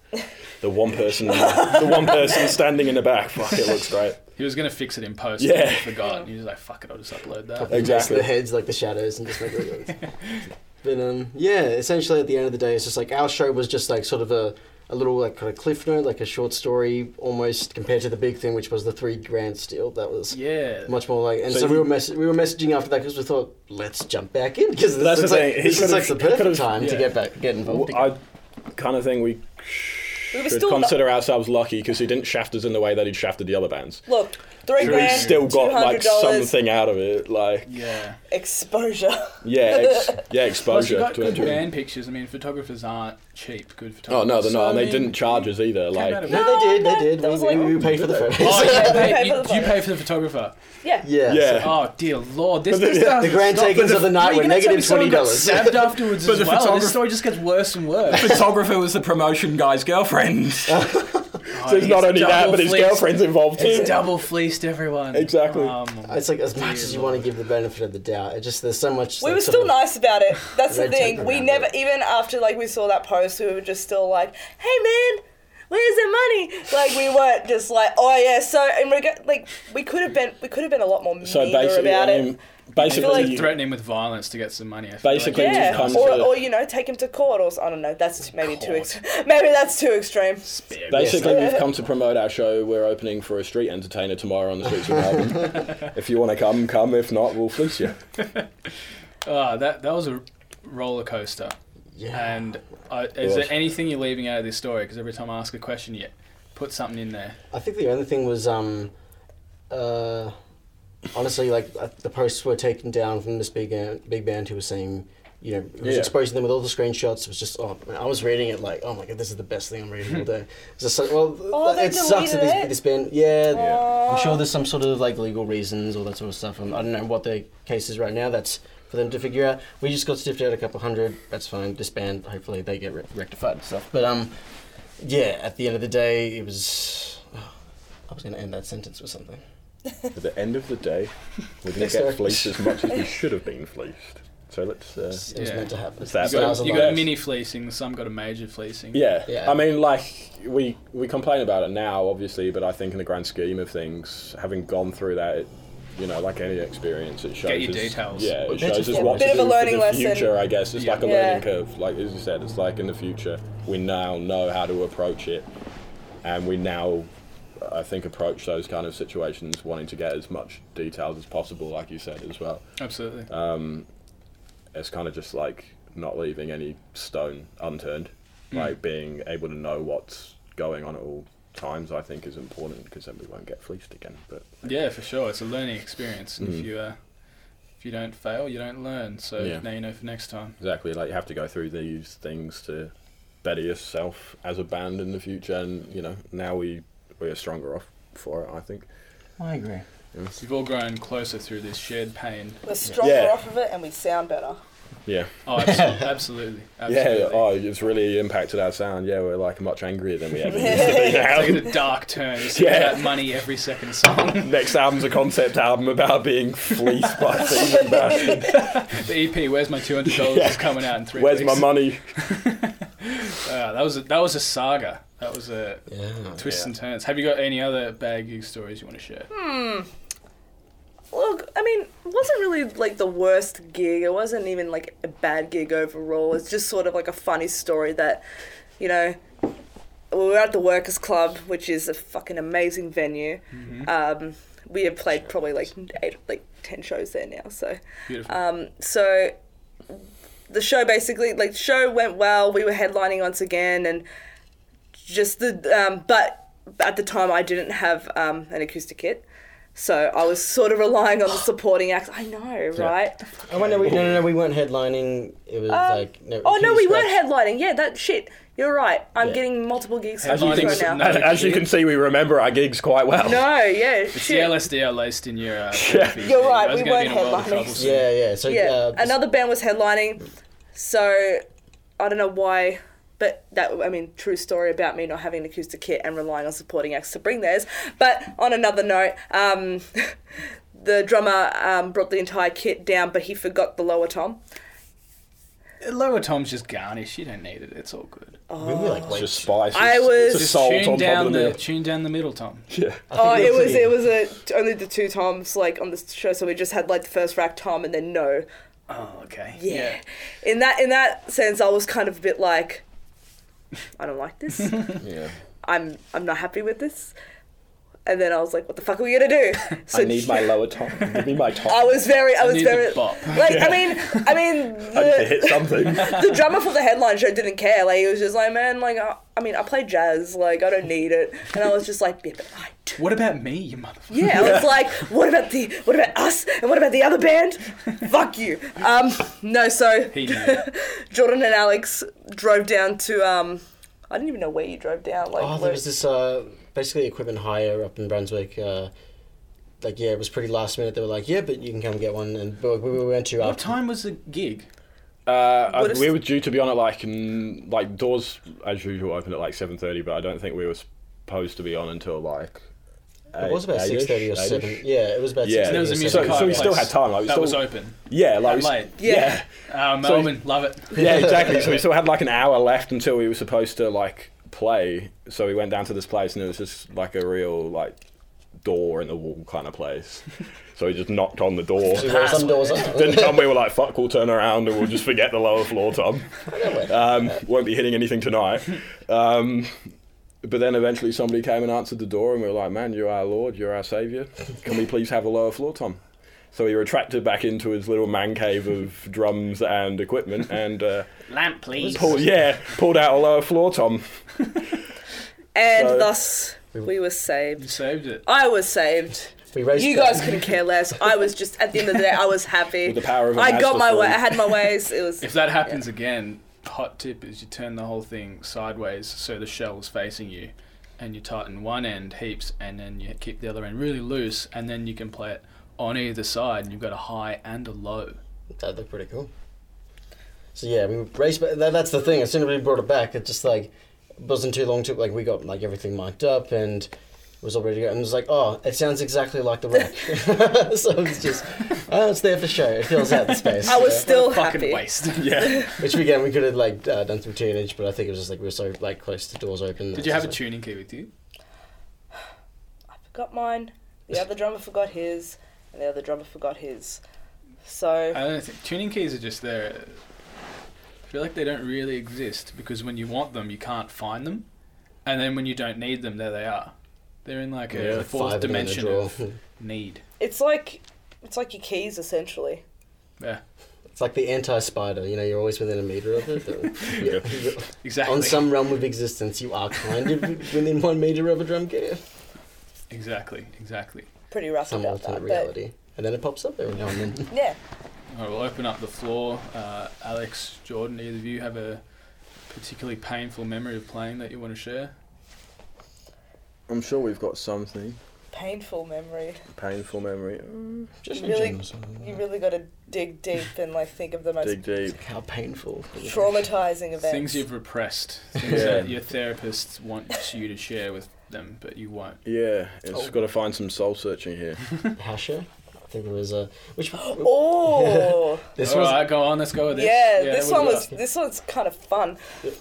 [SPEAKER 2] The one person, the one person standing in the back. Fuck, it looks great.
[SPEAKER 1] He was gonna fix it in post.
[SPEAKER 2] Yeah.
[SPEAKER 1] And he forgot. He was like, "Fuck it, I'll just upload that."
[SPEAKER 2] Exactly.
[SPEAKER 4] the heads like the shadows and just
[SPEAKER 3] [laughs]
[SPEAKER 4] make it. but um, yeah, essentially at the end of the day, it's just like our show was just like sort of a, a little like kind of cliff note, like a short story almost compared to the big thing, which was the three grand steal. That was
[SPEAKER 1] Yeah.
[SPEAKER 4] much more like, and
[SPEAKER 2] So
[SPEAKER 4] so,
[SPEAKER 2] he-
[SPEAKER 4] we were mess- we were messaging after that because we thought let's jump back in because this,
[SPEAKER 2] That's
[SPEAKER 4] is
[SPEAKER 2] the
[SPEAKER 4] like,
[SPEAKER 2] thing, he
[SPEAKER 4] this is
[SPEAKER 2] could've-
[SPEAKER 4] like the perfect
[SPEAKER 2] could've-
[SPEAKER 4] time to
[SPEAKER 1] yeah.
[SPEAKER 4] get back get involved.
[SPEAKER 2] Well, I kind of think we
[SPEAKER 3] We were
[SPEAKER 2] should
[SPEAKER 3] still
[SPEAKER 2] consider ourselves lucky because he didn't shaft us in the way that he'd shafted the other bands.
[SPEAKER 3] look three
[SPEAKER 2] We
[SPEAKER 3] grand,
[SPEAKER 2] still got like
[SPEAKER 3] $200
[SPEAKER 2] something out of it, like
[SPEAKER 1] Yeah.
[SPEAKER 3] exposure. [laughs]
[SPEAKER 2] yeah, ex- yeah,
[SPEAKER 1] Plus, you
[SPEAKER 2] exposure.
[SPEAKER 1] got
[SPEAKER 2] to
[SPEAKER 1] good
[SPEAKER 2] it.
[SPEAKER 1] band pictures. I mean, photographers aren't cheap. Good
[SPEAKER 2] Oh
[SPEAKER 1] photographers.
[SPEAKER 2] no, they're
[SPEAKER 1] So,
[SPEAKER 2] not, and
[SPEAKER 1] I
[SPEAKER 2] they
[SPEAKER 1] mean,
[SPEAKER 2] didn't charge us either.
[SPEAKER 1] came out
[SPEAKER 2] Like,
[SPEAKER 1] of-
[SPEAKER 4] no, they did, they did.
[SPEAKER 3] That
[SPEAKER 4] We,
[SPEAKER 3] was like-
[SPEAKER 4] we, we paid
[SPEAKER 3] [laughs]
[SPEAKER 4] for the photos.
[SPEAKER 1] Oh,
[SPEAKER 3] Yeah,
[SPEAKER 1] you,
[SPEAKER 3] we
[SPEAKER 1] pay,
[SPEAKER 3] pay
[SPEAKER 1] you,
[SPEAKER 3] for the
[SPEAKER 1] you
[SPEAKER 3] photo.
[SPEAKER 1] pay for the photographer.
[SPEAKER 3] Yeah.
[SPEAKER 4] yeah,
[SPEAKER 2] Yeah.
[SPEAKER 4] so-
[SPEAKER 1] Oh dear lord!
[SPEAKER 2] [laughs]
[SPEAKER 1] This, this
[SPEAKER 4] The grand takings of the night were negative $20.
[SPEAKER 1] Stabbed afterwards
[SPEAKER 5] But
[SPEAKER 1] as
[SPEAKER 5] the
[SPEAKER 1] well.
[SPEAKER 5] photographer-
[SPEAKER 1] This story just gets worse and worse.
[SPEAKER 2] [laughs]
[SPEAKER 5] Photographer was the promotion guy's girlfriend.
[SPEAKER 1] Oh,
[SPEAKER 2] so it's not
[SPEAKER 1] he's
[SPEAKER 2] only that,
[SPEAKER 1] double
[SPEAKER 2] but his
[SPEAKER 1] fleeced.
[SPEAKER 2] girlfriend's involved too.
[SPEAKER 1] He's double fleeced everyone. Um,
[SPEAKER 2] Exactly.
[SPEAKER 4] It's like as much as you want to give the benefit of the doubt. It just there's so much.
[SPEAKER 3] We
[SPEAKER 4] like,
[SPEAKER 3] were
[SPEAKER 4] sort
[SPEAKER 3] still
[SPEAKER 4] of-
[SPEAKER 3] nice about [laughs] it. That's the
[SPEAKER 4] Red tape
[SPEAKER 3] thing. We
[SPEAKER 4] around
[SPEAKER 3] never,
[SPEAKER 4] it.
[SPEAKER 3] even after like we saw that post, we were just still like, "Hey man, where's the money?" Like we weren't just like, "Oh yeah." So and we got like we could have been we could have been a lot more meaner
[SPEAKER 2] So basically,
[SPEAKER 3] about
[SPEAKER 2] I mean,
[SPEAKER 3] it.
[SPEAKER 2] basically,
[SPEAKER 3] like-
[SPEAKER 2] you-
[SPEAKER 1] threatening with violence to get some money. I feel
[SPEAKER 2] Basically,
[SPEAKER 1] like.
[SPEAKER 2] you've
[SPEAKER 3] Yeah,
[SPEAKER 2] come
[SPEAKER 3] or,
[SPEAKER 2] to-
[SPEAKER 3] or you know, take him to court or s- I don't know. That's maybe too
[SPEAKER 1] Court.
[SPEAKER 3] ex- [laughs] maybe that's too extreme.
[SPEAKER 2] basically we've come to promote our show. We're opening for a street entertainer tomorrow on the streets of Melbourne.
[SPEAKER 4] [laughs]
[SPEAKER 2] if you want to come, come. If not, we'll fleece you.
[SPEAKER 1] Ah, that that was a roller coaster.
[SPEAKER 4] Yeah.
[SPEAKER 1] And uh, is
[SPEAKER 2] was.
[SPEAKER 1] there anything you're leaving out of this story? Because every time I ask a question, you put something in there.
[SPEAKER 4] I think the only thing was, um, uh, honestly, like uh, the posts were taken down from this big uh, big band who was saying, you know, who was
[SPEAKER 2] Yeah.
[SPEAKER 4] exposing them with all the screenshots. It was just, oh, man, I was reading it like, oh my god, this is the best thing I'm reading all day. It's just like, well,
[SPEAKER 3] Oh, they
[SPEAKER 4] it sucks
[SPEAKER 3] deleted
[SPEAKER 4] that this,
[SPEAKER 3] it?
[SPEAKER 4] this band, yeah.
[SPEAKER 3] Yeah.
[SPEAKER 4] I'm sure there's some sort of like legal reasons, all that sort of stuff. Um, I don't know what the case is right now. That's for them to figure out. We just got stiffed out a couple hundred. That's fine. Disband. Hopefully they get re- rectified and stuff. But um, yeah. At the end of the day, it was. oh, I was going to end that sentence with something.
[SPEAKER 2] At the end of the day, we're going
[SPEAKER 4] Yes,
[SPEAKER 2] to get
[SPEAKER 4] sir.
[SPEAKER 2] fleeced as much as we should have been fleeced. So let's. Uh,
[SPEAKER 4] It was
[SPEAKER 1] Yeah.
[SPEAKER 4] meant to happen.
[SPEAKER 2] It's that
[SPEAKER 4] Stars
[SPEAKER 1] You got,
[SPEAKER 2] Thousand
[SPEAKER 1] you
[SPEAKER 4] aligned.
[SPEAKER 1] got
[SPEAKER 2] dollars.
[SPEAKER 1] mini fleecing. Some got a major fleecing.
[SPEAKER 2] yeah.
[SPEAKER 4] Yeah.
[SPEAKER 2] I mean, like we we complain about it now, obviously, but I think in the grand scheme of things, having gone through that. It, you know, like any experience, it shows
[SPEAKER 1] your
[SPEAKER 2] us,
[SPEAKER 1] details.
[SPEAKER 2] Yeah, it
[SPEAKER 1] Which
[SPEAKER 2] shows
[SPEAKER 4] is
[SPEAKER 2] us
[SPEAKER 4] a
[SPEAKER 2] what
[SPEAKER 3] bit
[SPEAKER 2] to
[SPEAKER 3] of a
[SPEAKER 2] do
[SPEAKER 3] learning
[SPEAKER 2] for the
[SPEAKER 3] lesson.
[SPEAKER 2] future. I guess it's
[SPEAKER 1] Yeah.
[SPEAKER 2] like a
[SPEAKER 3] Yeah.
[SPEAKER 2] learning curve. Like as you said, it's like in the future we now know how to approach it, and we now, I think, approach those kind of situations wanting to get as much details as possible, like you said as well.
[SPEAKER 1] absolutely.
[SPEAKER 2] Uh, it's kind of just like not leaving any stone unturned. Like being able to know what's going on at all times, I think, is important because then we won't get fleeced again. But
[SPEAKER 1] yeah, for sure. It's a learning experience. and If you uh, if you don't fail, you don't learn. So
[SPEAKER 2] mm. Yeah.
[SPEAKER 1] now you know for next
[SPEAKER 2] [laughs]
[SPEAKER 1] time.
[SPEAKER 2] exactly, like you have to go through these things to better yourself as a band in the future, and you know now we we are stronger off for it. I think.
[SPEAKER 4] I agree.
[SPEAKER 1] You've all grown closer through this shared
[SPEAKER 2] [laughs]
[SPEAKER 1] pain.
[SPEAKER 3] We're stronger
[SPEAKER 2] Yeah.
[SPEAKER 3] off of it and we sound better.
[SPEAKER 2] Yeah.
[SPEAKER 1] Oh, absolutely, absolutely. absolutely.
[SPEAKER 2] [laughs] Yeah. Oh, it's really impacted our sound. Yeah, we're like much angrier than we ever used to [laughs] be now.
[SPEAKER 1] Taking a dark turn. It's yeah.
[SPEAKER 2] [laughs] Yeah.
[SPEAKER 1] about money every second song. [laughs]
[SPEAKER 2] Next album's a concept album about being fleeced [laughs] by Stephen Bash.
[SPEAKER 1] The EP, E "Where's My Two Hundred Dollars,"
[SPEAKER 2] [laughs] Yeah.
[SPEAKER 1] is coming out in three
[SPEAKER 2] Where's
[SPEAKER 1] weeks.
[SPEAKER 2] my money?
[SPEAKER 1] Uh, that was a, that was a saga. That was a
[SPEAKER 4] Yeah.
[SPEAKER 1] twists and turns. Have you got any other bad gig stories you want to share?
[SPEAKER 3] Hmm. Look, I mean, it wasn't really like the worst gig. It wasn't even like a bad gig overall. It's just sort of like a funny story that, you know, we were at the Workers Club, which is a fucking amazing venue.
[SPEAKER 2] Mm-hmm.
[SPEAKER 3] Um, we have played probably like eight, like ten shows there now. So,
[SPEAKER 1] Beautiful.
[SPEAKER 3] um, so the show basically like the show went well. We were headlining once again, and just the um, but at the time I didn't have um, an acoustic kit. So I was sort of relying
[SPEAKER 1] [gasps]
[SPEAKER 3] on the supporting acts. I know, right?
[SPEAKER 4] Oh, wait, no, we, no, no, no, we weren't headlining. It was like. No,
[SPEAKER 3] Oh
[SPEAKER 4] can
[SPEAKER 3] no,
[SPEAKER 4] you
[SPEAKER 3] we
[SPEAKER 4] scratch-
[SPEAKER 3] weren't headlining. Yeah, that shit. You're right. I'm
[SPEAKER 4] Yeah.
[SPEAKER 3] getting multiple gigs
[SPEAKER 1] As
[SPEAKER 3] right
[SPEAKER 1] you think so-
[SPEAKER 3] now.
[SPEAKER 1] no.
[SPEAKER 2] As, as you can see, we remember our gigs quite well.
[SPEAKER 3] No, yeah,
[SPEAKER 1] It's
[SPEAKER 3] shit.
[SPEAKER 1] the LSD I laced in your.
[SPEAKER 3] [laughs]
[SPEAKER 1] Uh, therapy.
[SPEAKER 3] You're right,
[SPEAKER 1] I was
[SPEAKER 3] we
[SPEAKER 1] gonna be
[SPEAKER 3] weren't
[SPEAKER 1] in a world of
[SPEAKER 3] headliners.
[SPEAKER 1] trouble soon.
[SPEAKER 4] Yeah, yeah. So
[SPEAKER 3] yeah,
[SPEAKER 4] uh,
[SPEAKER 3] another band was headlining, so I don't know why, but that I mean, true story about me not having an acoustic kit and relying on supporting acts to bring theirs. But on another note, um, [laughs] the drummer um, brought the entire kit down, but he forgot the lower tom.
[SPEAKER 6] Lower Tom's just garnish. You don't need it. It's all good.
[SPEAKER 4] We were
[SPEAKER 3] Oh.
[SPEAKER 4] like
[SPEAKER 2] It's
[SPEAKER 4] late.
[SPEAKER 2] just spice.
[SPEAKER 3] I
[SPEAKER 2] It's-
[SPEAKER 3] was-
[SPEAKER 2] it's a
[SPEAKER 3] Just
[SPEAKER 2] salt
[SPEAKER 6] tune
[SPEAKER 2] on top
[SPEAKER 6] down
[SPEAKER 2] of the meal.
[SPEAKER 6] tune down the middle, Tom.
[SPEAKER 2] Yeah.
[SPEAKER 3] Oh, it was
[SPEAKER 4] pretty-
[SPEAKER 3] it was a, only the two Toms like on the show, so we just had like the first rack Tom and then no.
[SPEAKER 6] Oh, okay.
[SPEAKER 3] Yeah. In that in that sense, I was kind of a bit like, I don't like this.
[SPEAKER 2] Yeah.
[SPEAKER 3] I'm I'm not happy with this. And then I was like, what the fuck are we gonna do? So
[SPEAKER 2] I
[SPEAKER 3] [laughs]
[SPEAKER 2] need my lower top. Give me my top.
[SPEAKER 3] I was very I was
[SPEAKER 6] need the
[SPEAKER 3] very
[SPEAKER 6] bop.
[SPEAKER 3] like I mean I mean
[SPEAKER 2] I need to hit
[SPEAKER 3] the,
[SPEAKER 2] something.
[SPEAKER 3] [laughs]
[SPEAKER 2] Uh,
[SPEAKER 3] the drummer for the headline show didn't care. Like he was just like, man, like I, I mean I play jazz, like I don't need it. And I was just like, yeah, but I do.
[SPEAKER 6] What about me, you motherfucker?
[SPEAKER 3] Yeah, I was like, what about the what about us and what about the other band? Fuck you. Um, no, so
[SPEAKER 6] He knew.
[SPEAKER 3] [laughs] Jordan and Alex drove down to um, I didn't even know where you drove down. Like,
[SPEAKER 4] Oh,
[SPEAKER 3] where-
[SPEAKER 4] there was this uh, basically equipment hire up in Brunswick. Uh, like yeah, it was pretty last minute. They were like, yeah, but you can come get one, and but we we went to
[SPEAKER 6] What
[SPEAKER 4] after.
[SPEAKER 6] time was the gig?
[SPEAKER 2] Uh, I-
[SPEAKER 3] What is-
[SPEAKER 2] we were due to be on at like mm, like doors as usual opened at like seven thirty, but I don't think we were supposed to be on until like.
[SPEAKER 4] It was about six thirty or seven. Yeah, it was about
[SPEAKER 2] Yeah. And
[SPEAKER 4] six
[SPEAKER 2] there
[SPEAKER 4] thirty.
[SPEAKER 6] There
[SPEAKER 2] was
[SPEAKER 6] was
[SPEAKER 2] a
[SPEAKER 6] a music
[SPEAKER 2] Uh, So- music so hire we
[SPEAKER 6] place
[SPEAKER 2] still place had time, like,
[SPEAKER 6] that
[SPEAKER 2] we that still- was
[SPEAKER 6] was open.
[SPEAKER 2] Yeah, like we s-
[SPEAKER 6] Adelaide.
[SPEAKER 2] yeah,
[SPEAKER 6] Uh,
[SPEAKER 2] So-
[SPEAKER 6] Melbourne, love it.
[SPEAKER 2] yeah, exactly. So we still had like an hour left until we were supposed to like play. So we went down to this place, and it was just like a real like door in the wall kind of place. So we just knocked on the door.
[SPEAKER 4] So there were some doors up.
[SPEAKER 2] Didn't come. We were like, "Fuck, we'll turn around and we'll just forget the lower floor, Tom. Um, won't be hitting anything tonight." Um, but then eventually somebody came and answered the door, and we were like, "Man, you're our Lord, you're our Savior. Can we please have a lower floor, Tom?" So we were attracted back into his little man cave of drums and equipment, and uh,
[SPEAKER 6] Lamp, please.
[SPEAKER 2] pulled, yeah, pulled out a lower floor, Tom.
[SPEAKER 3] and
[SPEAKER 2] so-
[SPEAKER 3] thus we were saved.
[SPEAKER 6] You saved it.
[SPEAKER 3] I was saved.
[SPEAKER 4] We raced
[SPEAKER 3] You
[SPEAKER 4] down.
[SPEAKER 3] guys couldn't care less. I was just at the end of the day, I was happy.
[SPEAKER 2] With the power of a
[SPEAKER 3] I got
[SPEAKER 2] Mazda
[SPEAKER 3] my way.
[SPEAKER 2] three.
[SPEAKER 3] I had my ways.
[SPEAKER 1] [laughs]
[SPEAKER 3] It was
[SPEAKER 6] If that happens again, hot tip is you turn the whole thing sideways so the shell is facing you, and you tighten one end heaps, and then you keep the other end really loose, and then you can play it on either side, and you've got a high and a low.
[SPEAKER 4] That looked pretty cool. So yeah, we raced. Back. That, that's the thing. As soon as we brought it back, it just like wasn't too long to like we got like everything mic'd up and it was all ready to go. And it was like, oh, it sounds exactly like the wreck. [laughs] so it's just, oh, it's there for show. It fills out the space.
[SPEAKER 3] I was
[SPEAKER 4] Yeah.
[SPEAKER 3] still
[SPEAKER 6] Fucking
[SPEAKER 3] happy.
[SPEAKER 6] waste. [laughs]
[SPEAKER 3] [laughs]
[SPEAKER 2] Yeah,
[SPEAKER 4] Which again, we could have like uh, done through teenage, but I think it was just like we were so like close to doors open.
[SPEAKER 6] Did you have a tuning key with you?
[SPEAKER 3] I forgot mine. The other drummer forgot his, and the other drummer forgot his. So
[SPEAKER 6] I don't think tuning keys are just there. I feel like they don't really exist because when you want them, you can't find them, and then when you don't need them, there they are. They're in like a
[SPEAKER 2] Yeah,
[SPEAKER 6] fourth dimension of need.
[SPEAKER 3] it's like it's like your keys essentially.
[SPEAKER 6] Yeah,
[SPEAKER 4] [laughs] It's like the anti-spider. You know, you're always within a meter of
[SPEAKER 6] [laughs]
[SPEAKER 4] it. or-
[SPEAKER 2] Yeah.
[SPEAKER 4] you're-
[SPEAKER 6] exactly.
[SPEAKER 4] on some realm of existence, you are
[SPEAKER 6] [laughs]
[SPEAKER 4] kind of within one meter of a drum gear.
[SPEAKER 6] Exactly, exactly.
[SPEAKER 3] Pretty rough
[SPEAKER 4] some
[SPEAKER 3] about
[SPEAKER 4] alternate
[SPEAKER 3] that.
[SPEAKER 4] reality. And then it pops up every now and then.
[SPEAKER 3] But yeah.
[SPEAKER 1] All right, we'll open up the floor. Uh, Alex, Jordan, either of you have a particularly painful memory of playing that you want to share?
[SPEAKER 2] I'm sure we've got something
[SPEAKER 3] Painful memory.
[SPEAKER 2] painful memory.
[SPEAKER 4] Just
[SPEAKER 3] You
[SPEAKER 4] in
[SPEAKER 3] really-
[SPEAKER 4] general, something
[SPEAKER 3] You
[SPEAKER 4] like
[SPEAKER 3] really got to dig deep and like think of the most
[SPEAKER 2] Dig deep.
[SPEAKER 4] that. How painful.
[SPEAKER 3] traumatizing events.
[SPEAKER 1] Things you've
[SPEAKER 3] [laughs]
[SPEAKER 1] repressed, things
[SPEAKER 2] Yeah.
[SPEAKER 1] that your therapists want you to share with them, but you won't.
[SPEAKER 2] Yeah, it's
[SPEAKER 3] Oh.
[SPEAKER 2] got to find some soul searching here.
[SPEAKER 4] Hasher. I think it was a. Which
[SPEAKER 3] Oh
[SPEAKER 4] This
[SPEAKER 1] All
[SPEAKER 4] was.
[SPEAKER 1] right, go on. Let's go with this.
[SPEAKER 3] yeah, this
[SPEAKER 1] what
[SPEAKER 3] one
[SPEAKER 1] do you
[SPEAKER 3] was this one's kind of fun.
[SPEAKER 1] got?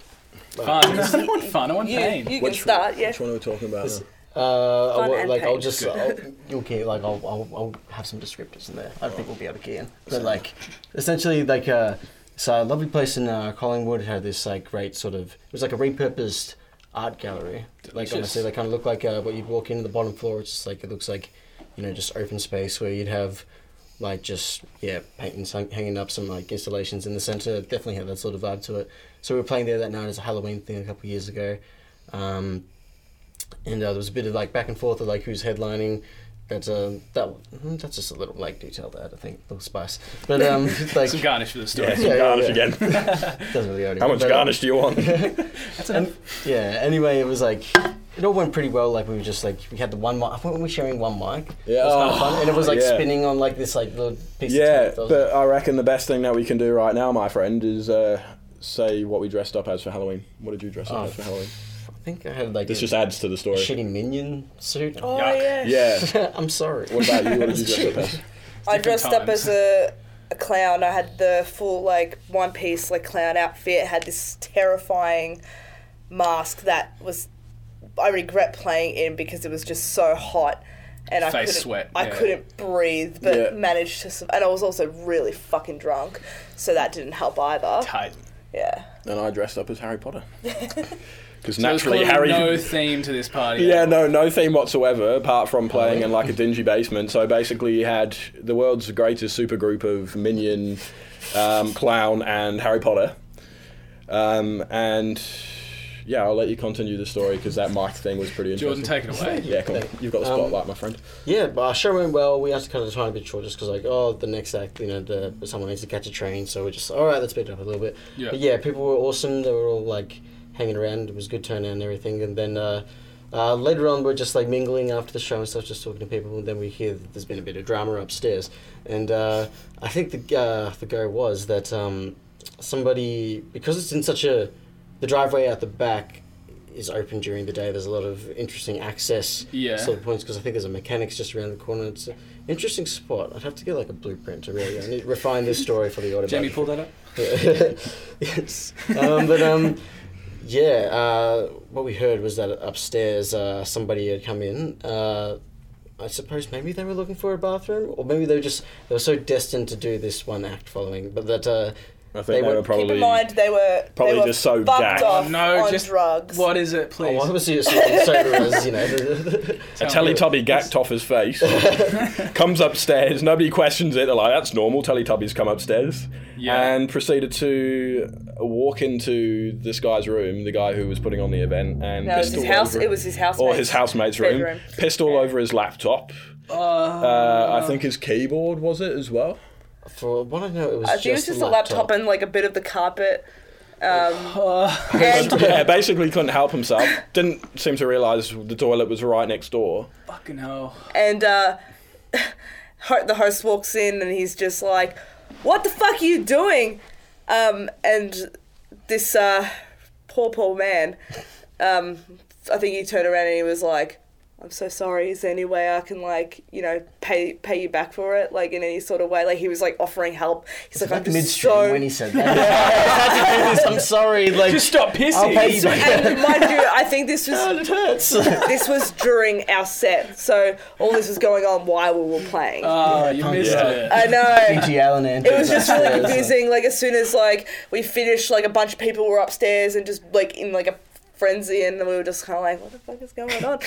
[SPEAKER 1] fun.
[SPEAKER 3] [laughs]
[SPEAKER 1] I don't want fun. I want
[SPEAKER 3] You,
[SPEAKER 1] pain.
[SPEAKER 3] you can
[SPEAKER 2] Which-
[SPEAKER 3] start. Yeah,
[SPEAKER 2] Which one are we talking about? now?
[SPEAKER 4] Uh, I
[SPEAKER 3] Fun
[SPEAKER 4] wa-
[SPEAKER 3] and
[SPEAKER 4] like I'll
[SPEAKER 3] pain. [laughs]
[SPEAKER 4] just I'll, you'll get like I'll, I'll I'll have some descriptors in there. I think we'll be able to get in. But like essentially like uh, so a lovely place in uh, Collingwood had this like great sort of it was like a repurposed art gallery. Like honestly, they kind of look like uh, what you'd walk into the bottom floor. It's just like it looks like you know just open space where you'd have like just yeah paintings hang- hanging up some like installations in the center. It Definitely had that sort of vibe to it. So we were playing there that night as a Halloween thing a couple of years ago. Um, and uh, there was a bit of like back and forth of like who's headlining. That's a that mhm, that's just a little like detail to add, I think, little spice. But um,
[SPEAKER 2] [laughs]
[SPEAKER 4] like
[SPEAKER 1] Some garnish for the story.
[SPEAKER 2] Yeah, some
[SPEAKER 4] yeah,
[SPEAKER 2] garnish
[SPEAKER 4] yeah.
[SPEAKER 2] again. [laughs]
[SPEAKER 4] doesn't really
[SPEAKER 2] How much garnish do you [laughs] want?
[SPEAKER 4] um, And, yeah. Anyway, it was like it all went pretty well. Like we were just like we had the one mic. I think we were sharing one mic.
[SPEAKER 2] Yeah. Oh,
[SPEAKER 4] It was kind of fun, and it was like
[SPEAKER 2] Yeah.
[SPEAKER 4] spinning on like this like little piece.
[SPEAKER 2] Yeah,
[SPEAKER 4] of tape. That was-
[SPEAKER 2] but I reckon the best thing that we can do right now, my friend, is uh, say what we dressed up as for Halloween. What did you dress up
[SPEAKER 4] Oh.
[SPEAKER 2] as for Halloween?
[SPEAKER 4] I think I had like
[SPEAKER 2] This
[SPEAKER 4] a,
[SPEAKER 2] just adds to the
[SPEAKER 4] a
[SPEAKER 2] story.
[SPEAKER 4] shitty minion suit.
[SPEAKER 3] Oh
[SPEAKER 1] Yuck.
[SPEAKER 3] yeah. [laughs]
[SPEAKER 2] Yeah.
[SPEAKER 4] [laughs] I'm sorry. [laughs]
[SPEAKER 2] What about you? What did you dress up as?
[SPEAKER 3] I dressed up
[SPEAKER 1] times.
[SPEAKER 3] as a a clown. I had the full like one piece like clown outfit. Had this terrifying mask that was I regret playing in because it was just so hot. And I
[SPEAKER 6] Face
[SPEAKER 3] couldn't,
[SPEAKER 6] sweat,
[SPEAKER 3] I
[SPEAKER 6] yeah.
[SPEAKER 3] couldn't breathe, but
[SPEAKER 2] Yeah.
[SPEAKER 3] managed to. sur- And I was also really fucking drunk, so that didn't help either.
[SPEAKER 6] Tight.
[SPEAKER 3] Yeah.
[SPEAKER 2] And I dressed up as Harry
[SPEAKER 3] [laughs]
[SPEAKER 2] Potter. Because
[SPEAKER 6] There was
[SPEAKER 2] naturally,
[SPEAKER 6] clearly
[SPEAKER 2] Harry.
[SPEAKER 6] no theme to this party.
[SPEAKER 2] Yeah, no, no theme whatsoever, apart from playing in like a dingy basement. So basically, you had the world's greatest supergroup of Minion, um, Clown, and Harry Potter. Um, and yeah, I'll let you continue the story because that mic thing was pretty
[SPEAKER 6] Jordan,
[SPEAKER 2] interesting.
[SPEAKER 6] take it away.
[SPEAKER 2] yeah, come on. You've got the
[SPEAKER 4] Um,
[SPEAKER 2] spotlight, my friend.
[SPEAKER 4] Yeah, but our show went well. We had to cut the time a bit short just because, like, oh, the next act, you know, the, someone needs to catch a train. So we're just, all right, let's speed it up a little bit.
[SPEAKER 6] Yeah.
[SPEAKER 4] But yeah, people were awesome. They were all, like, hanging around. It was good turnout and everything. And then uh, uh, later on, we're just, like, mingling after the show and stuff, just talking to people. And then we hear that there's been a bit of drama upstairs. And uh, I think the, uh, the go was that um, somebody, because it's in such a, the driveway out the back is open during the day. There's a lot of interesting access
[SPEAKER 6] Yeah.
[SPEAKER 4] sort of points because I think there's a mechanics just around the corner. It's an interesting spot. I'd have to get like a blueprint to really I need to refine this
[SPEAKER 6] [laughs]
[SPEAKER 4] story for the audio.
[SPEAKER 6] Jamie, pull that up.
[SPEAKER 4] [laughs] yes. Um, but um, yeah, uh, what we heard was that upstairs uh, somebody had come in. Uh, I suppose maybe they were looking for a bathroom, or maybe they were just they were so destined to do this one act following, but that. Uh,
[SPEAKER 2] I think they,
[SPEAKER 4] they were-
[SPEAKER 2] were probably.
[SPEAKER 3] Keep in mind they were
[SPEAKER 2] probably
[SPEAKER 3] they were
[SPEAKER 2] just so
[SPEAKER 3] fucked
[SPEAKER 2] jacked.
[SPEAKER 1] Oh,
[SPEAKER 3] off
[SPEAKER 6] No,
[SPEAKER 3] on
[SPEAKER 6] just-
[SPEAKER 3] drugs.
[SPEAKER 6] What is it,
[SPEAKER 4] Oh,
[SPEAKER 6] please?
[SPEAKER 4] I was using sober as you know. [laughs]
[SPEAKER 2] A Teletubby gacked off his [laughs] face, comes upstairs, nobody questions it. They're like, that's normal, Teletubbies come upstairs.
[SPEAKER 6] Yeah.
[SPEAKER 2] And proceeded to walk into this guy's room, the guy who was putting on the event, and
[SPEAKER 3] No, it was
[SPEAKER 2] pissed
[SPEAKER 3] his
[SPEAKER 2] all
[SPEAKER 3] house.
[SPEAKER 2] over-
[SPEAKER 3] It was his house.
[SPEAKER 2] or his housemate's room,
[SPEAKER 3] bedroom.
[SPEAKER 2] pissed all over his laptop. Uh, I think his keyboard was it as well.
[SPEAKER 4] For what I know, it was
[SPEAKER 3] I
[SPEAKER 4] just,
[SPEAKER 3] think it Uh, was just a laptop and like a bit of the carpet. Um, and
[SPEAKER 2] yeah, basically couldn't help himself. Didn't seem to realise the toilet was right next door.
[SPEAKER 6] Fucking hell.
[SPEAKER 3] and uh, [laughs] ho- the host walks in and he's just like, "What the fuck are you doing?" Um, and this uh, poor, poor man. Um, I think he turned around and he was like, "I'm so sorry. Is there any way I can like, you know, pay pay you back for it, like in any sort of way?" Like he was like offering help. He's like, "I'm just
[SPEAKER 4] midstream
[SPEAKER 3] so
[SPEAKER 4] when he said that. I'm sorry, like
[SPEAKER 6] Just stop pissing.
[SPEAKER 4] I'll
[SPEAKER 3] [laughs]
[SPEAKER 4] pay you back.
[SPEAKER 3] And [laughs] mind you, I think this
[SPEAKER 4] God,
[SPEAKER 3] was
[SPEAKER 4] it hurts. [laughs]
[SPEAKER 3] this was during our set, so all this was going on while we were playing.
[SPEAKER 1] Ah,
[SPEAKER 6] Oh, you missed
[SPEAKER 2] Yeah.
[SPEAKER 6] it.
[SPEAKER 3] I know.
[SPEAKER 4] PG Allen
[SPEAKER 3] It was just really confusing. Like as soon as like we finished, like a bunch of people were upstairs and just like in like a frenzy, and we were just kind of like, "What the fuck is going on?"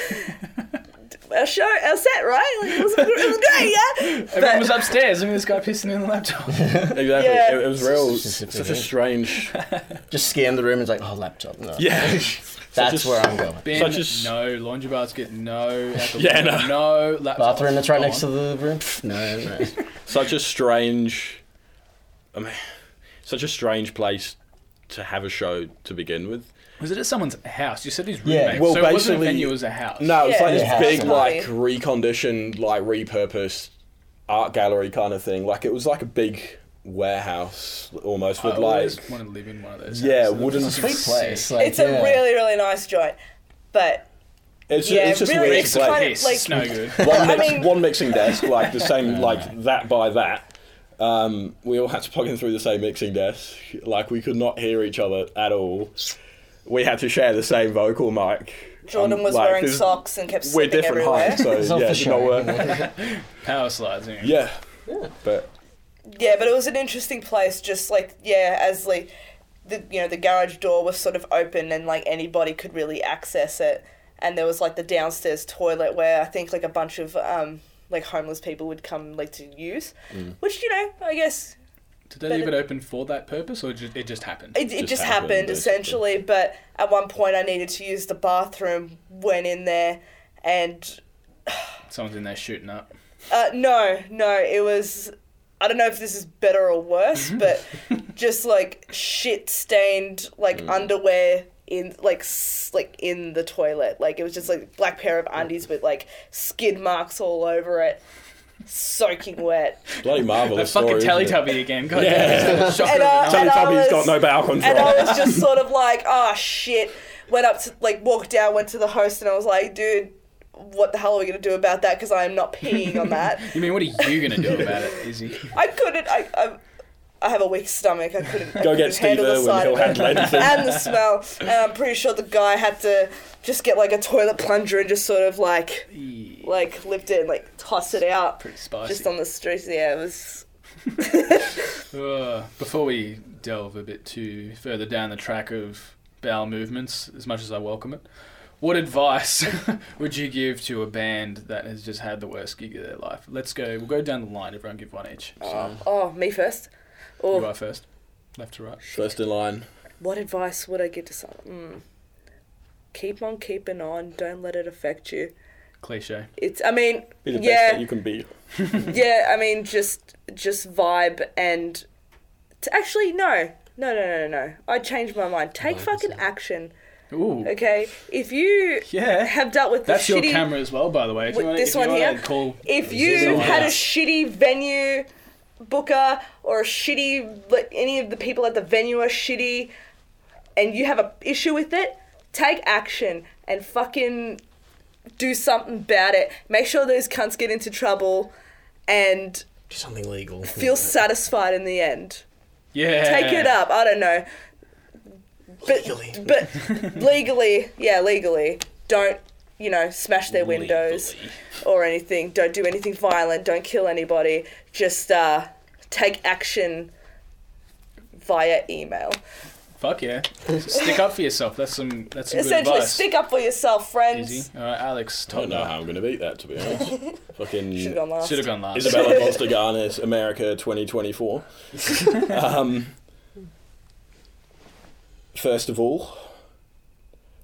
[SPEAKER 3] our show, our set, right? Like, it, was, it was great, yeah.
[SPEAKER 6] Everyone was upstairs. Look at this guy pissing in the
[SPEAKER 2] [laughs]
[SPEAKER 6] laptop.
[SPEAKER 2] Exactly.
[SPEAKER 3] Yeah.
[SPEAKER 2] It, it was real.
[SPEAKER 4] Specific,
[SPEAKER 2] Such a
[SPEAKER 4] yeah.
[SPEAKER 2] strange. [laughs]
[SPEAKER 4] Just scan the room and it's like, oh, laptop. No.
[SPEAKER 2] Yeah.
[SPEAKER 4] That's
[SPEAKER 2] Just-
[SPEAKER 4] where I'm going.
[SPEAKER 6] Bin,
[SPEAKER 2] Such as-
[SPEAKER 6] no laundry basket, no. out the
[SPEAKER 2] [laughs] Yeah,
[SPEAKER 6] window,
[SPEAKER 2] no.
[SPEAKER 6] no laptop.
[SPEAKER 4] Bathroom that's right
[SPEAKER 6] Go
[SPEAKER 4] next to
[SPEAKER 6] on.
[SPEAKER 4] the room. Pff, No,
[SPEAKER 3] [laughs]
[SPEAKER 4] no.
[SPEAKER 2] such a strange I mean, such a strange place to have a show to begin with.
[SPEAKER 6] Was it at someone's house? You said his
[SPEAKER 4] Yeah.
[SPEAKER 6] roommate.
[SPEAKER 2] Well,
[SPEAKER 6] so it wasn't a
[SPEAKER 2] basically-
[SPEAKER 6] venue, it was a house.
[SPEAKER 2] No, it's
[SPEAKER 3] Yeah,
[SPEAKER 2] like
[SPEAKER 3] it
[SPEAKER 2] this
[SPEAKER 4] has
[SPEAKER 2] big
[SPEAKER 4] to
[SPEAKER 2] like
[SPEAKER 3] be.
[SPEAKER 2] reconditioned, like repurposed art gallery kind of thing. Like it was like a big warehouse almost
[SPEAKER 6] I
[SPEAKER 3] Oh,
[SPEAKER 2] with like
[SPEAKER 6] always wanted to live in one of those.
[SPEAKER 2] Yeah,
[SPEAKER 6] houses.
[SPEAKER 2] wooden-
[SPEAKER 6] It's
[SPEAKER 4] Sweet place. Like,
[SPEAKER 3] It's
[SPEAKER 4] yeah.
[SPEAKER 3] a
[SPEAKER 4] [laughs]
[SPEAKER 3] really, really nice joint, but
[SPEAKER 2] it's,
[SPEAKER 3] Yeah,
[SPEAKER 2] it's just
[SPEAKER 3] really
[SPEAKER 2] a weird
[SPEAKER 3] it's
[SPEAKER 2] place.
[SPEAKER 3] kind
[SPEAKER 6] Piss,
[SPEAKER 3] like-
[SPEAKER 6] it's no
[SPEAKER 2] [laughs]
[SPEAKER 6] good.
[SPEAKER 2] one,
[SPEAKER 3] I
[SPEAKER 2] mix,
[SPEAKER 3] mean-
[SPEAKER 2] one mixing desk, like the
[SPEAKER 4] [laughs]
[SPEAKER 2] same, like that by that. Um, we all had to plug in through the same mixing desk. Like we could not hear each other at all. We had to share the same vocal mic.
[SPEAKER 3] Jordan
[SPEAKER 2] Um,
[SPEAKER 3] was
[SPEAKER 2] like,
[SPEAKER 3] wearing
[SPEAKER 2] this-
[SPEAKER 3] socks and kept
[SPEAKER 2] We're
[SPEAKER 3] slipping
[SPEAKER 2] different
[SPEAKER 3] everywhere.
[SPEAKER 2] heights, so
[SPEAKER 4] It's all
[SPEAKER 2] yeah,
[SPEAKER 4] for
[SPEAKER 2] it did not
[SPEAKER 4] show.
[SPEAKER 2] work.
[SPEAKER 6] Power slides. Yeah.
[SPEAKER 2] Yeah, but
[SPEAKER 3] Yeah, but it was an interesting place. Just like yeah, as like the you know the garage door was sort of open and like anybody could really access it. And there was like the downstairs toilet where I think like a bunch of um like homeless people would come like to use,
[SPEAKER 2] Mm.
[SPEAKER 3] which you know I guess
[SPEAKER 6] Did they
[SPEAKER 3] But
[SPEAKER 6] leave
[SPEAKER 3] it-
[SPEAKER 6] it open for that purpose, or ju- it just happened?
[SPEAKER 3] it, it just,
[SPEAKER 2] Just
[SPEAKER 3] happened,
[SPEAKER 2] happened, basically.
[SPEAKER 3] essentially. But at one point I needed to use the bathroom, went in there, and
[SPEAKER 6] Someone's in there shooting up.
[SPEAKER 3] Uh, no, no, it was. I don't know if this is better or worse,
[SPEAKER 2] Mm-hmm. [laughs]
[SPEAKER 3] but just like shit stained like
[SPEAKER 2] Mm.
[SPEAKER 3] underwear in like s- like in the toilet. Like it was just like black pair of undies with like skid marks all over it, soaking
[SPEAKER 2] [laughs]
[SPEAKER 3] wet.
[SPEAKER 2] bloody
[SPEAKER 6] The
[SPEAKER 2] marvelous
[SPEAKER 6] fucking
[SPEAKER 2] story. isn't it?
[SPEAKER 6] Teletubby again. God yeah. Shocker.
[SPEAKER 3] And, uh, and I
[SPEAKER 2] Teletubby's
[SPEAKER 3] was-
[SPEAKER 2] Oh, got no bowel control.
[SPEAKER 3] [laughs] And I
[SPEAKER 2] [laughs]
[SPEAKER 3] was just sort of like, oh shit. Went up to like walked down, went to the host, and I was like, dude, what the hell are we going to do about that? Because I am not peeing on that.
[SPEAKER 6] You mean what are you gonna do about it, Izzy?
[SPEAKER 3] I couldn't. I, I, I have a weak stomach. I couldn't. I
[SPEAKER 2] Go
[SPEAKER 3] couldn't
[SPEAKER 2] get Steve
[SPEAKER 3] handle the
[SPEAKER 2] Irwin,
[SPEAKER 3] sight
[SPEAKER 2] he'll
[SPEAKER 3] of it.
[SPEAKER 2] handle anything.
[SPEAKER 3] And the smell. And I'm pretty sure the guy had to just get like a toilet plunger and just sort of like
[SPEAKER 6] Pretty
[SPEAKER 3] like lift it and like toss it out
[SPEAKER 6] spicy.
[SPEAKER 3] just on the streets. Yeah, it was.
[SPEAKER 6] Uh, before we delve a bit too further down the track of bowel movements, as much as I welcome it, what advice [laughs] would you give to a band that has just had the worst gig of their life? Let's go. We'll go down the line. Everyone give one each. So
[SPEAKER 3] Oh, me first.
[SPEAKER 6] you
[SPEAKER 3] Or
[SPEAKER 6] are first, left to right.
[SPEAKER 2] First in line.
[SPEAKER 3] what advice would I give to someone? Mm. Keep on keeping on. Don't let it affect you.
[SPEAKER 6] Cliche.
[SPEAKER 3] It's. I mean,
[SPEAKER 2] Be the best
[SPEAKER 3] yeah.
[SPEAKER 2] that you can be.
[SPEAKER 3] yeah, I mean, just just vibe and to actually no, no, no, no, no. I changed my mind. Take fucking action,
[SPEAKER 6] Ooh.
[SPEAKER 3] Uh, okay? If you
[SPEAKER 6] Yeah.
[SPEAKER 3] have dealt with the
[SPEAKER 6] That's your
[SPEAKER 3] shitty,
[SPEAKER 6] camera as well, by the way. If
[SPEAKER 3] with
[SPEAKER 6] you wanna,
[SPEAKER 3] this
[SPEAKER 6] if you
[SPEAKER 3] one
[SPEAKER 6] wanna
[SPEAKER 3] here.
[SPEAKER 6] Call
[SPEAKER 3] if
[SPEAKER 6] zoom
[SPEAKER 3] you
[SPEAKER 6] in
[SPEAKER 3] had
[SPEAKER 6] on
[SPEAKER 3] a
[SPEAKER 6] it.
[SPEAKER 3] shitty venue booker or a shitty like any of the people at the venue are shitty, and you have a issue with it, take action and fucking do something about it. Make sure those cunts get into trouble, and
[SPEAKER 4] Do something legal.
[SPEAKER 3] feel satisfied in the end.
[SPEAKER 6] yeah.
[SPEAKER 3] take it up. I don't know. But,
[SPEAKER 4] Legally.
[SPEAKER 3] but legally, yeah, legally, don't you know smash their windows or anything. Don't do anything violent. Don't kill anybody. Just uh, take action via email.
[SPEAKER 6] Fuck yeah. stick up for yourself. That's some. That's some good
[SPEAKER 3] Essentially,
[SPEAKER 6] advice.
[SPEAKER 3] stick up for yourself, friends.
[SPEAKER 6] Izzy. All right, Alex.
[SPEAKER 2] I don't
[SPEAKER 6] Top
[SPEAKER 2] know
[SPEAKER 6] notch.
[SPEAKER 2] how I'm going to beat that, to be
[SPEAKER 3] [laughs]
[SPEAKER 2] honest.
[SPEAKER 3] Should
[SPEAKER 2] Fucking
[SPEAKER 3] have gone last.
[SPEAKER 6] Should have gone last.
[SPEAKER 2] Isabella Postaganis, America
[SPEAKER 4] [laughs]
[SPEAKER 2] 2024. um, first of all,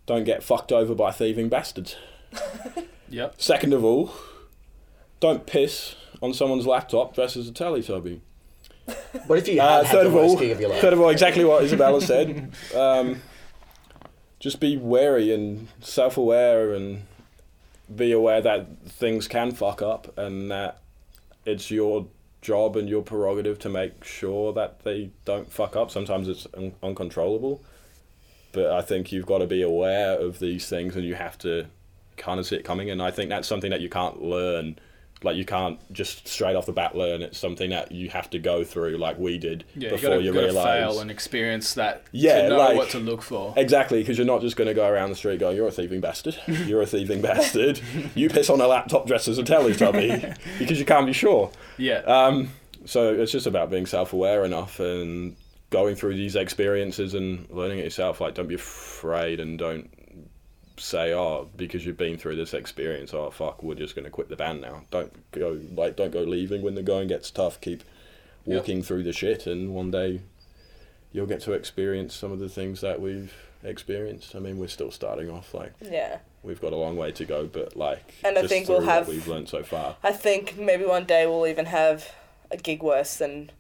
[SPEAKER 2] don't get fucked over by thieving bastards.
[SPEAKER 6] Yep.
[SPEAKER 2] Second of all, don't piss on someone's laptop versus a Teletubby.
[SPEAKER 4] What if you
[SPEAKER 2] Uh,
[SPEAKER 4] had, had
[SPEAKER 2] third
[SPEAKER 4] the
[SPEAKER 2] of all,
[SPEAKER 4] worst gig of your life?
[SPEAKER 2] third of all, exactly what Isabella
[SPEAKER 4] [laughs]
[SPEAKER 2] said. Um, just be wary and self-aware, and be aware that things can fuck up, and that it's your job and your prerogative to make sure that they don't fuck up. Sometimes it's un- uncontrollable, but I think you've got to be aware of these things, and you have to kind of see it coming. And I think that's something that you can't learn. Like you can't just straight off the bat learn. It's something that you have to go through, like we did
[SPEAKER 6] Yeah,
[SPEAKER 2] before
[SPEAKER 6] you
[SPEAKER 2] you,
[SPEAKER 6] gotta, gotta
[SPEAKER 2] realize.
[SPEAKER 6] fail and experience that
[SPEAKER 2] Yeah,
[SPEAKER 6] to know
[SPEAKER 2] like- eh,
[SPEAKER 6] what to look for.
[SPEAKER 2] Exactly, because you're not just going to go around the street going, "You're a thieving bastard. You're a thieving bastard. You piss on a laptop dressed as a Teletubby," because you can't be sure.
[SPEAKER 6] Yeah,
[SPEAKER 2] Um, so it's just about being self-aware enough and going through these experiences and learning it yourself. Like, don't be afraid and don't say, "Oh, because you've been through this experience, oh fuck, we're just going to quit the band now." Don't go like, don't go leaving when the going gets tough. Keep
[SPEAKER 6] Yep.
[SPEAKER 2] walking through the shit, and one day you'll get to experience some of the things that we've experienced. I mean, we're still starting off. Like,
[SPEAKER 3] Yeah.
[SPEAKER 2] we've got a long way to go, but like,
[SPEAKER 3] And I
[SPEAKER 2] just
[SPEAKER 3] think we'll
[SPEAKER 2] through what
[SPEAKER 3] have-
[SPEAKER 2] we've learned so far.
[SPEAKER 3] I think maybe one day we'll even have a gig worse than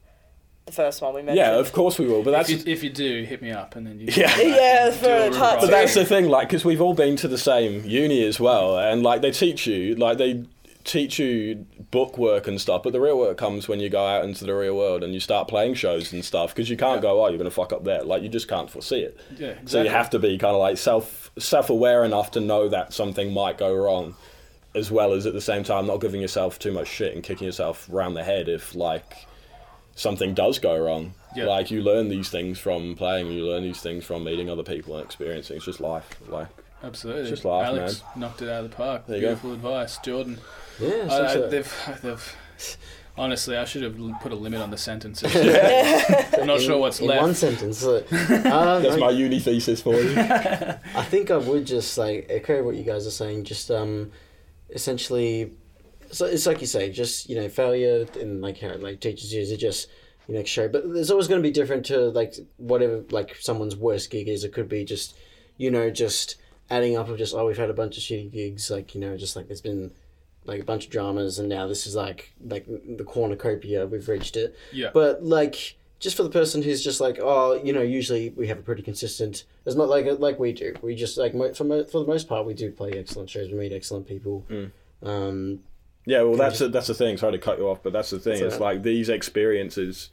[SPEAKER 3] the first one we mentioned.
[SPEAKER 2] Yeah, of course we will. But that's
[SPEAKER 6] if, you, if you do, hit me up and then you.
[SPEAKER 2] [laughs] Yeah.
[SPEAKER 6] can
[SPEAKER 3] Yeah,
[SPEAKER 6] do
[SPEAKER 3] for
[SPEAKER 6] a
[SPEAKER 3] the part
[SPEAKER 6] revised.
[SPEAKER 2] But that's the thing, like, because we've all been to the same uni as well, and like they teach you, like they teach you book work and stuff, but the real work comes when you go out into the real world and you start playing shows and stuff, because you can't go, oh, you're gonna fuck up there, like you just can't foresee it.
[SPEAKER 6] Yeah,
[SPEAKER 2] So
[SPEAKER 6] exactly.
[SPEAKER 2] you have to be kind of like self self aware enough to know that something might go wrong, as well as at the same time not giving yourself too much shit and kicking yourself round the head if like something does go wrong.
[SPEAKER 6] Yeah.
[SPEAKER 2] Like you learn these things from playing, you learn these things from meeting other people and experiencing. It's just life. Like
[SPEAKER 6] Absolutely.
[SPEAKER 2] Just laugh,
[SPEAKER 6] Alex knocked it out of the park.
[SPEAKER 2] There you go.
[SPEAKER 6] Beautiful advice, Jordan.
[SPEAKER 4] Yeah,
[SPEAKER 6] I,
[SPEAKER 2] Uh,
[SPEAKER 4] so-
[SPEAKER 6] I-
[SPEAKER 4] so-
[SPEAKER 6] they've, they've, honestly, I should have l- put a limit on the
[SPEAKER 2] [laughs]
[SPEAKER 6] sentences. I'm not sure what's
[SPEAKER 4] in
[SPEAKER 6] left.
[SPEAKER 4] one sentence. Look, um,
[SPEAKER 2] that's
[SPEAKER 4] I-
[SPEAKER 2] my uni thesis for you.
[SPEAKER 4] I think I would just like echo what you guys are saying. Just um, essentially, so it's like you say, just you know, failure and like how it like teaches you to just you know show. But there's always going to be different to like whatever like someone's worst gig is. It could be just you know just adding up of just oh we've had a bunch of shitty gigs. Like you know just like there's been like a bunch of dramas and now this is like like the cornucopia we've reached it.
[SPEAKER 6] Yeah.
[SPEAKER 4] But like just for the person who's just like, oh, you know, usually we have a pretty consistent. It's not like like we do. We just like mo- for mo- for the most part, we do play excellent shows. We meet excellent people. Um,
[SPEAKER 2] Yeah, well, that's the, that's the thing. Sorry to cut you off, but that's the thing. It's like these experiences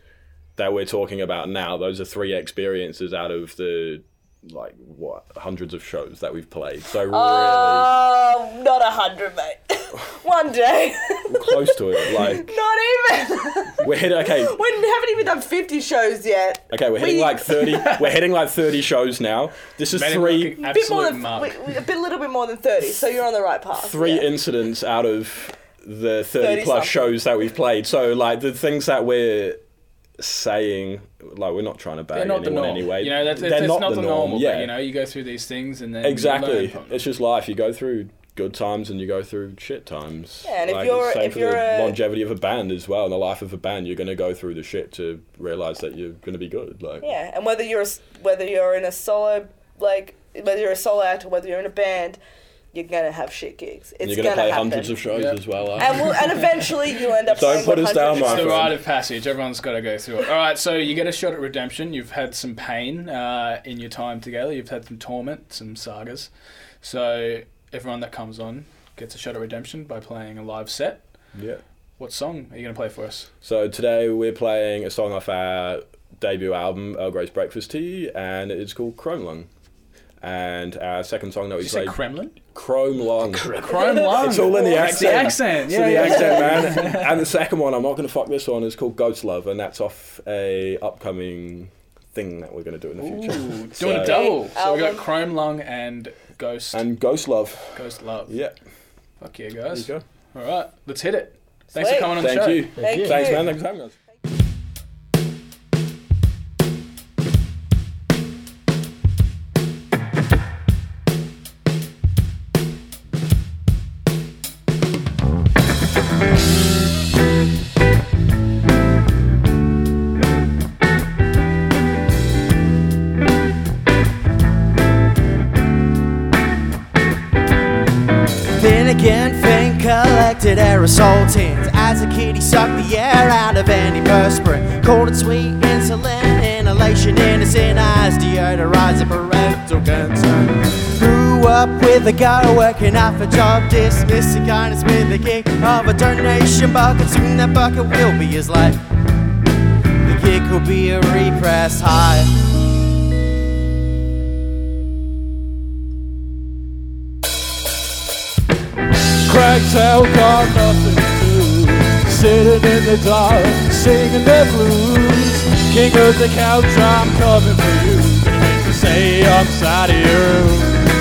[SPEAKER 2] that we're talking about now. Those are three experiences out of the like what hundreds of shows that we've played. So really
[SPEAKER 3] Oh, not a hundred, mate. [laughs] One day.
[SPEAKER 2] close to
[SPEAKER 3] [laughs]
[SPEAKER 2] it. Like
[SPEAKER 3] not even.
[SPEAKER 2] we're hit, okay.
[SPEAKER 3] [laughs] we haven't even done 50 shows yet.
[SPEAKER 2] Okay, we're hitting
[SPEAKER 3] We-
[SPEAKER 2] like thirty. We're hitting like thirty shows now. This is
[SPEAKER 6] Made him
[SPEAKER 2] three
[SPEAKER 6] look an
[SPEAKER 3] A bit more
[SPEAKER 6] absolute
[SPEAKER 3] than
[SPEAKER 6] mug.
[SPEAKER 3] we- we- a bit, little bit more than 30, so you're on the right path.
[SPEAKER 2] three
[SPEAKER 3] yeah.
[SPEAKER 2] incidents out of the 30,
[SPEAKER 3] 30
[SPEAKER 2] plus
[SPEAKER 3] something.
[SPEAKER 2] shows that we've played. So like the things that we're saying, like we're not trying to bang
[SPEAKER 6] They're not the
[SPEAKER 2] anyone
[SPEAKER 6] norm.
[SPEAKER 2] anyway.
[SPEAKER 6] You know, that's, it's,
[SPEAKER 2] They're
[SPEAKER 6] it's not, the, norm.
[SPEAKER 2] yeah,
[SPEAKER 6] But, you know, you go through these things and then you learn
[SPEAKER 2] exactly.
[SPEAKER 6] from it.
[SPEAKER 2] It's just life. You go through good times and you go through shit times.
[SPEAKER 3] Yeah, and if
[SPEAKER 2] Like,
[SPEAKER 3] you're-
[SPEAKER 2] same
[SPEAKER 3] if
[SPEAKER 2] for
[SPEAKER 3] you're
[SPEAKER 2] the
[SPEAKER 3] a-
[SPEAKER 2] longevity of a band as well, and the life of a band, you're going to go through the shit to realize that you're going to be good. Like
[SPEAKER 3] Yeah, and whether you're a s- whether you're in a solo like whether you're a solo act or whether you're in a band, you're gonna have shit gigs. It's
[SPEAKER 2] and you're going to play
[SPEAKER 3] happen.
[SPEAKER 2] hundreds of shows
[SPEAKER 6] Yeah.
[SPEAKER 2] as well. uh, aren't
[SPEAKER 3] and we'll, and eventually you end up.
[SPEAKER 2] Don't
[SPEAKER 3] playing
[SPEAKER 2] put
[SPEAKER 3] with
[SPEAKER 2] us down,
[SPEAKER 3] hundreds
[SPEAKER 2] Mark.
[SPEAKER 3] of-
[SPEAKER 6] It's the
[SPEAKER 2] friend.
[SPEAKER 6] rite of passage. Everyone's got to go through it. All right, so you get a shot at redemption. You've had some pain uh, in your time together. You've had some torment, some sagas. So everyone that comes on gets a shot at redemption by playing a live set.
[SPEAKER 2] you? Yeah.
[SPEAKER 6] What song are you going to play for us?
[SPEAKER 2] So today we're playing a song off our debut album, Earl Grey's Breakfast Tea, and it's called Chrome Lung. And our second song that we
[SPEAKER 6] Did you say
[SPEAKER 2] played,
[SPEAKER 6] Kremlin?
[SPEAKER 2] Chrome Lung.
[SPEAKER 6] [laughs] Chrome Lung.
[SPEAKER 2] It's all in the
[SPEAKER 6] It's the
[SPEAKER 2] accent.
[SPEAKER 6] accent.
[SPEAKER 2] So
[SPEAKER 6] Yeah,
[SPEAKER 2] the
[SPEAKER 6] yeah. [laughs]
[SPEAKER 2] accent, man. and the second one, I'm not going to fuck this one. It's called Ghost Love, and that's off a upcoming thing that we're going to do in the future.
[SPEAKER 6] Ooh, doing
[SPEAKER 2] So-
[SPEAKER 6] a double.
[SPEAKER 3] Big
[SPEAKER 6] So we got
[SPEAKER 3] album.
[SPEAKER 6] Chrome Lung and Ghost
[SPEAKER 2] And Ghost Love,
[SPEAKER 6] Ghost Love.
[SPEAKER 2] yeah.
[SPEAKER 6] Fuck yeah,
[SPEAKER 2] There you
[SPEAKER 6] guys.
[SPEAKER 2] go.
[SPEAKER 6] All right, let's hit it. Thanks
[SPEAKER 3] Sweet.
[SPEAKER 6] for coming on the
[SPEAKER 2] Thank
[SPEAKER 6] show.
[SPEAKER 2] you.
[SPEAKER 3] Thank you.
[SPEAKER 2] Thanks, man. Thanks for having us.
[SPEAKER 7] Thin again, Finn collected aerosol tins. As a kid, he sucked the air out of antiperspirant. Cold and sweet insulin, inhalation, innocent eyes, deodorizer, parental concern. Grew up with a guy working off a job, dismissed the kindness with the gig of a donation bucket. Soon that bucket will be his life. The gig will be a repressed high.
[SPEAKER 2] Cracktail got nothing to do. Sitting in the dark, singing the blues. King of the couch, I'm coming for you. Gonna make you say I'm sorry.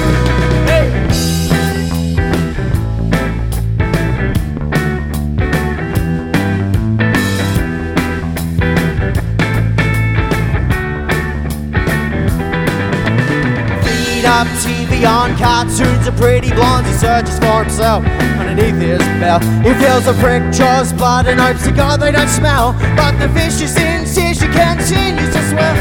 [SPEAKER 7] Feed up TV on cartoons of pretty blondes. He searches for himself underneath his belt. He feels a prick, draws blood, and hopes to God they don't smell. But the vicious incision continues to swell.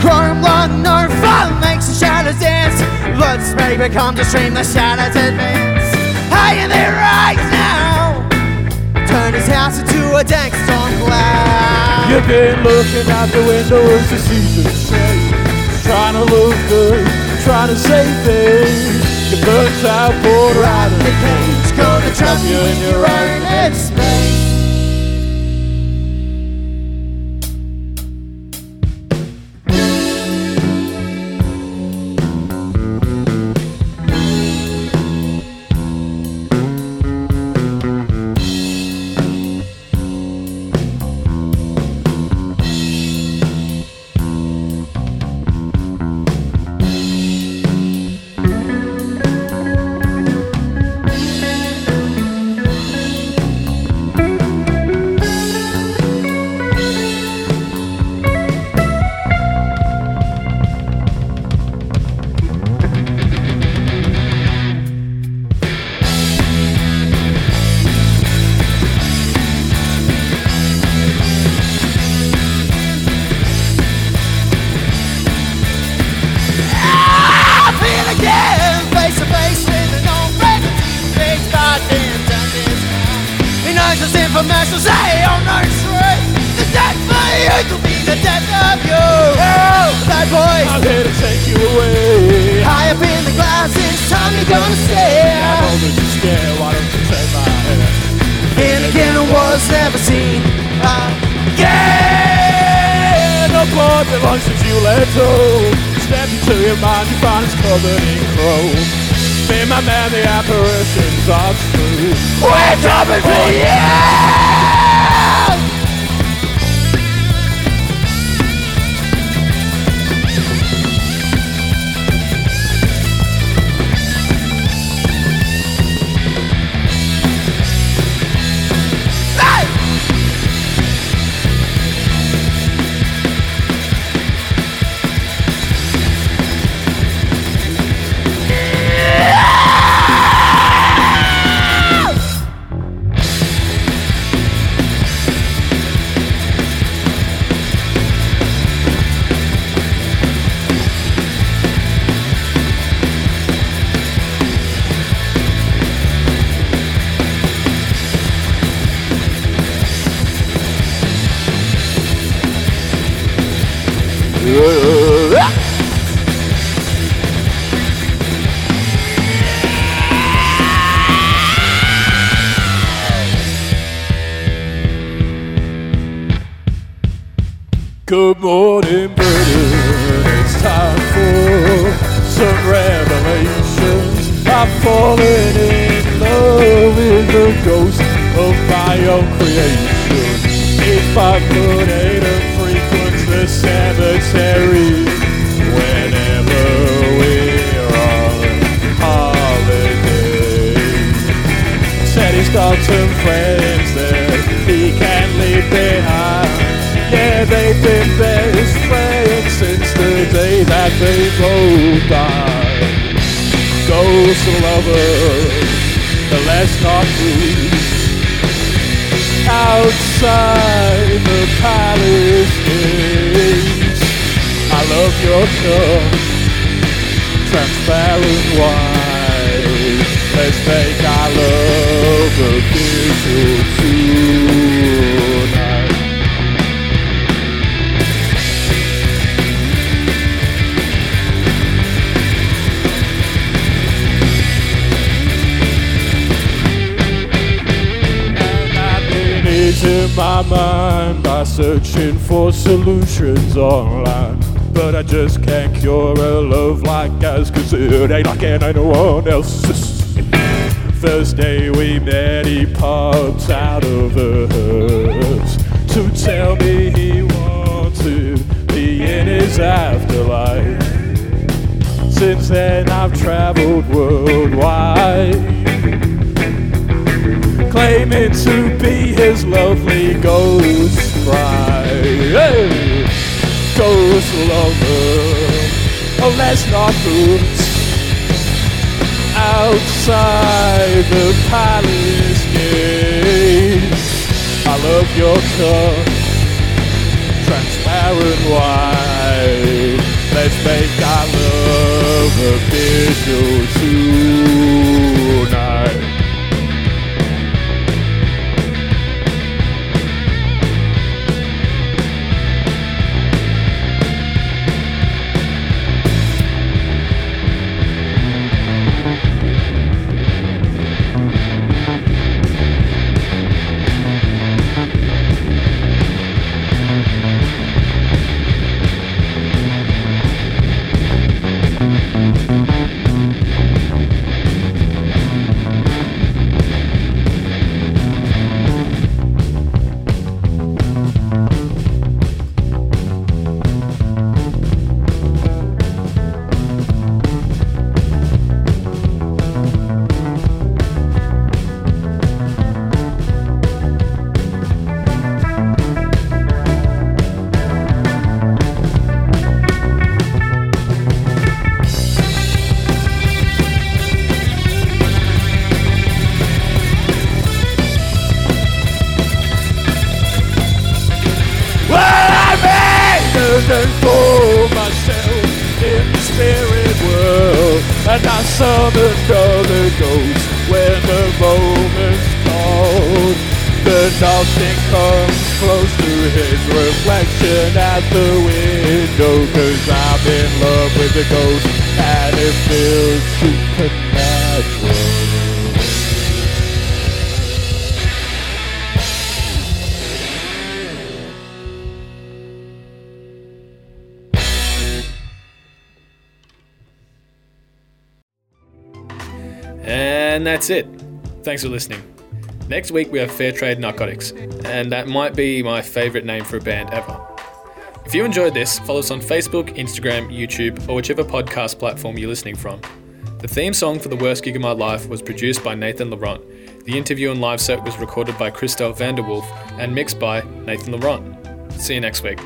[SPEAKER 7] Chrome blood, no fun makes the shadows dance. Bloods may become the stream, the shadows advance. High in there right now. Turn his house into a dank on cloud.
[SPEAKER 2] You've been looking out the windows to see the shade. Trying to look good, trying to save things. Your bird's out, border out of
[SPEAKER 7] The cage gonna trap you in your own headspace. I've been again, face to face with an old friend. Big goddamn time is now. He knows his information, say on no truth. The death for you could be the death of you. Oh, that voice. I'm here to take you away. High up in the clouds, it's time you're gonna stay. And again, I was never seen again.
[SPEAKER 2] the board belongs to you, let go. Stab your
[SPEAKER 8] to your mind, you find it's covered in chrome. Be my man, the apparitions are true. We're coming for you! Good morning, Britain. It's time for some revelations. I've fallen in love with the ghost of my own creation. If I put eight and frequent the cemetery, whenever we're on holiday said he's got some friends that he can't leave behind. Yeah, they've been best friends since the day that they both died. Ghost lovers, but let's not lose. Outside the palace gates, I love your cup transparent wine. Let's make our love official tonight. I've been eating my mind by searching for solutions online. But I just can't cure a love like ours, cause it ain't like it ain't no one else's. First day we met, he pops out of the hearse to tell me he wants to be in his afterlife. Since then, I've traveled worldwide claiming to be his lovely ghost bride. Hey! Ghost lover, oh, let's not boot outside the palace gates. I love your cup, transparent wine. Let's make our love official tonight. Well, I made and for myself in the spirit world, and I summoned other ghosts when the moment's called. But nothing comes close to his reflection at the window, cause I'm in love with the ghost, and it feels supernatural.
[SPEAKER 1] And that's it. Thanks for listening. Next week we have Fair Trade Narcotics, and that might be my favourite name for a band ever. If you enjoyed this, follow us on Facebook, Instagram, YouTube, or whichever podcast platform you're listening from. The theme song for The Worst Gig of My Life was produced by Nathan Laurent. The interview and live set was recorded by Christelle Vanderwolf and mixed by Nathan Laurent. See you next week.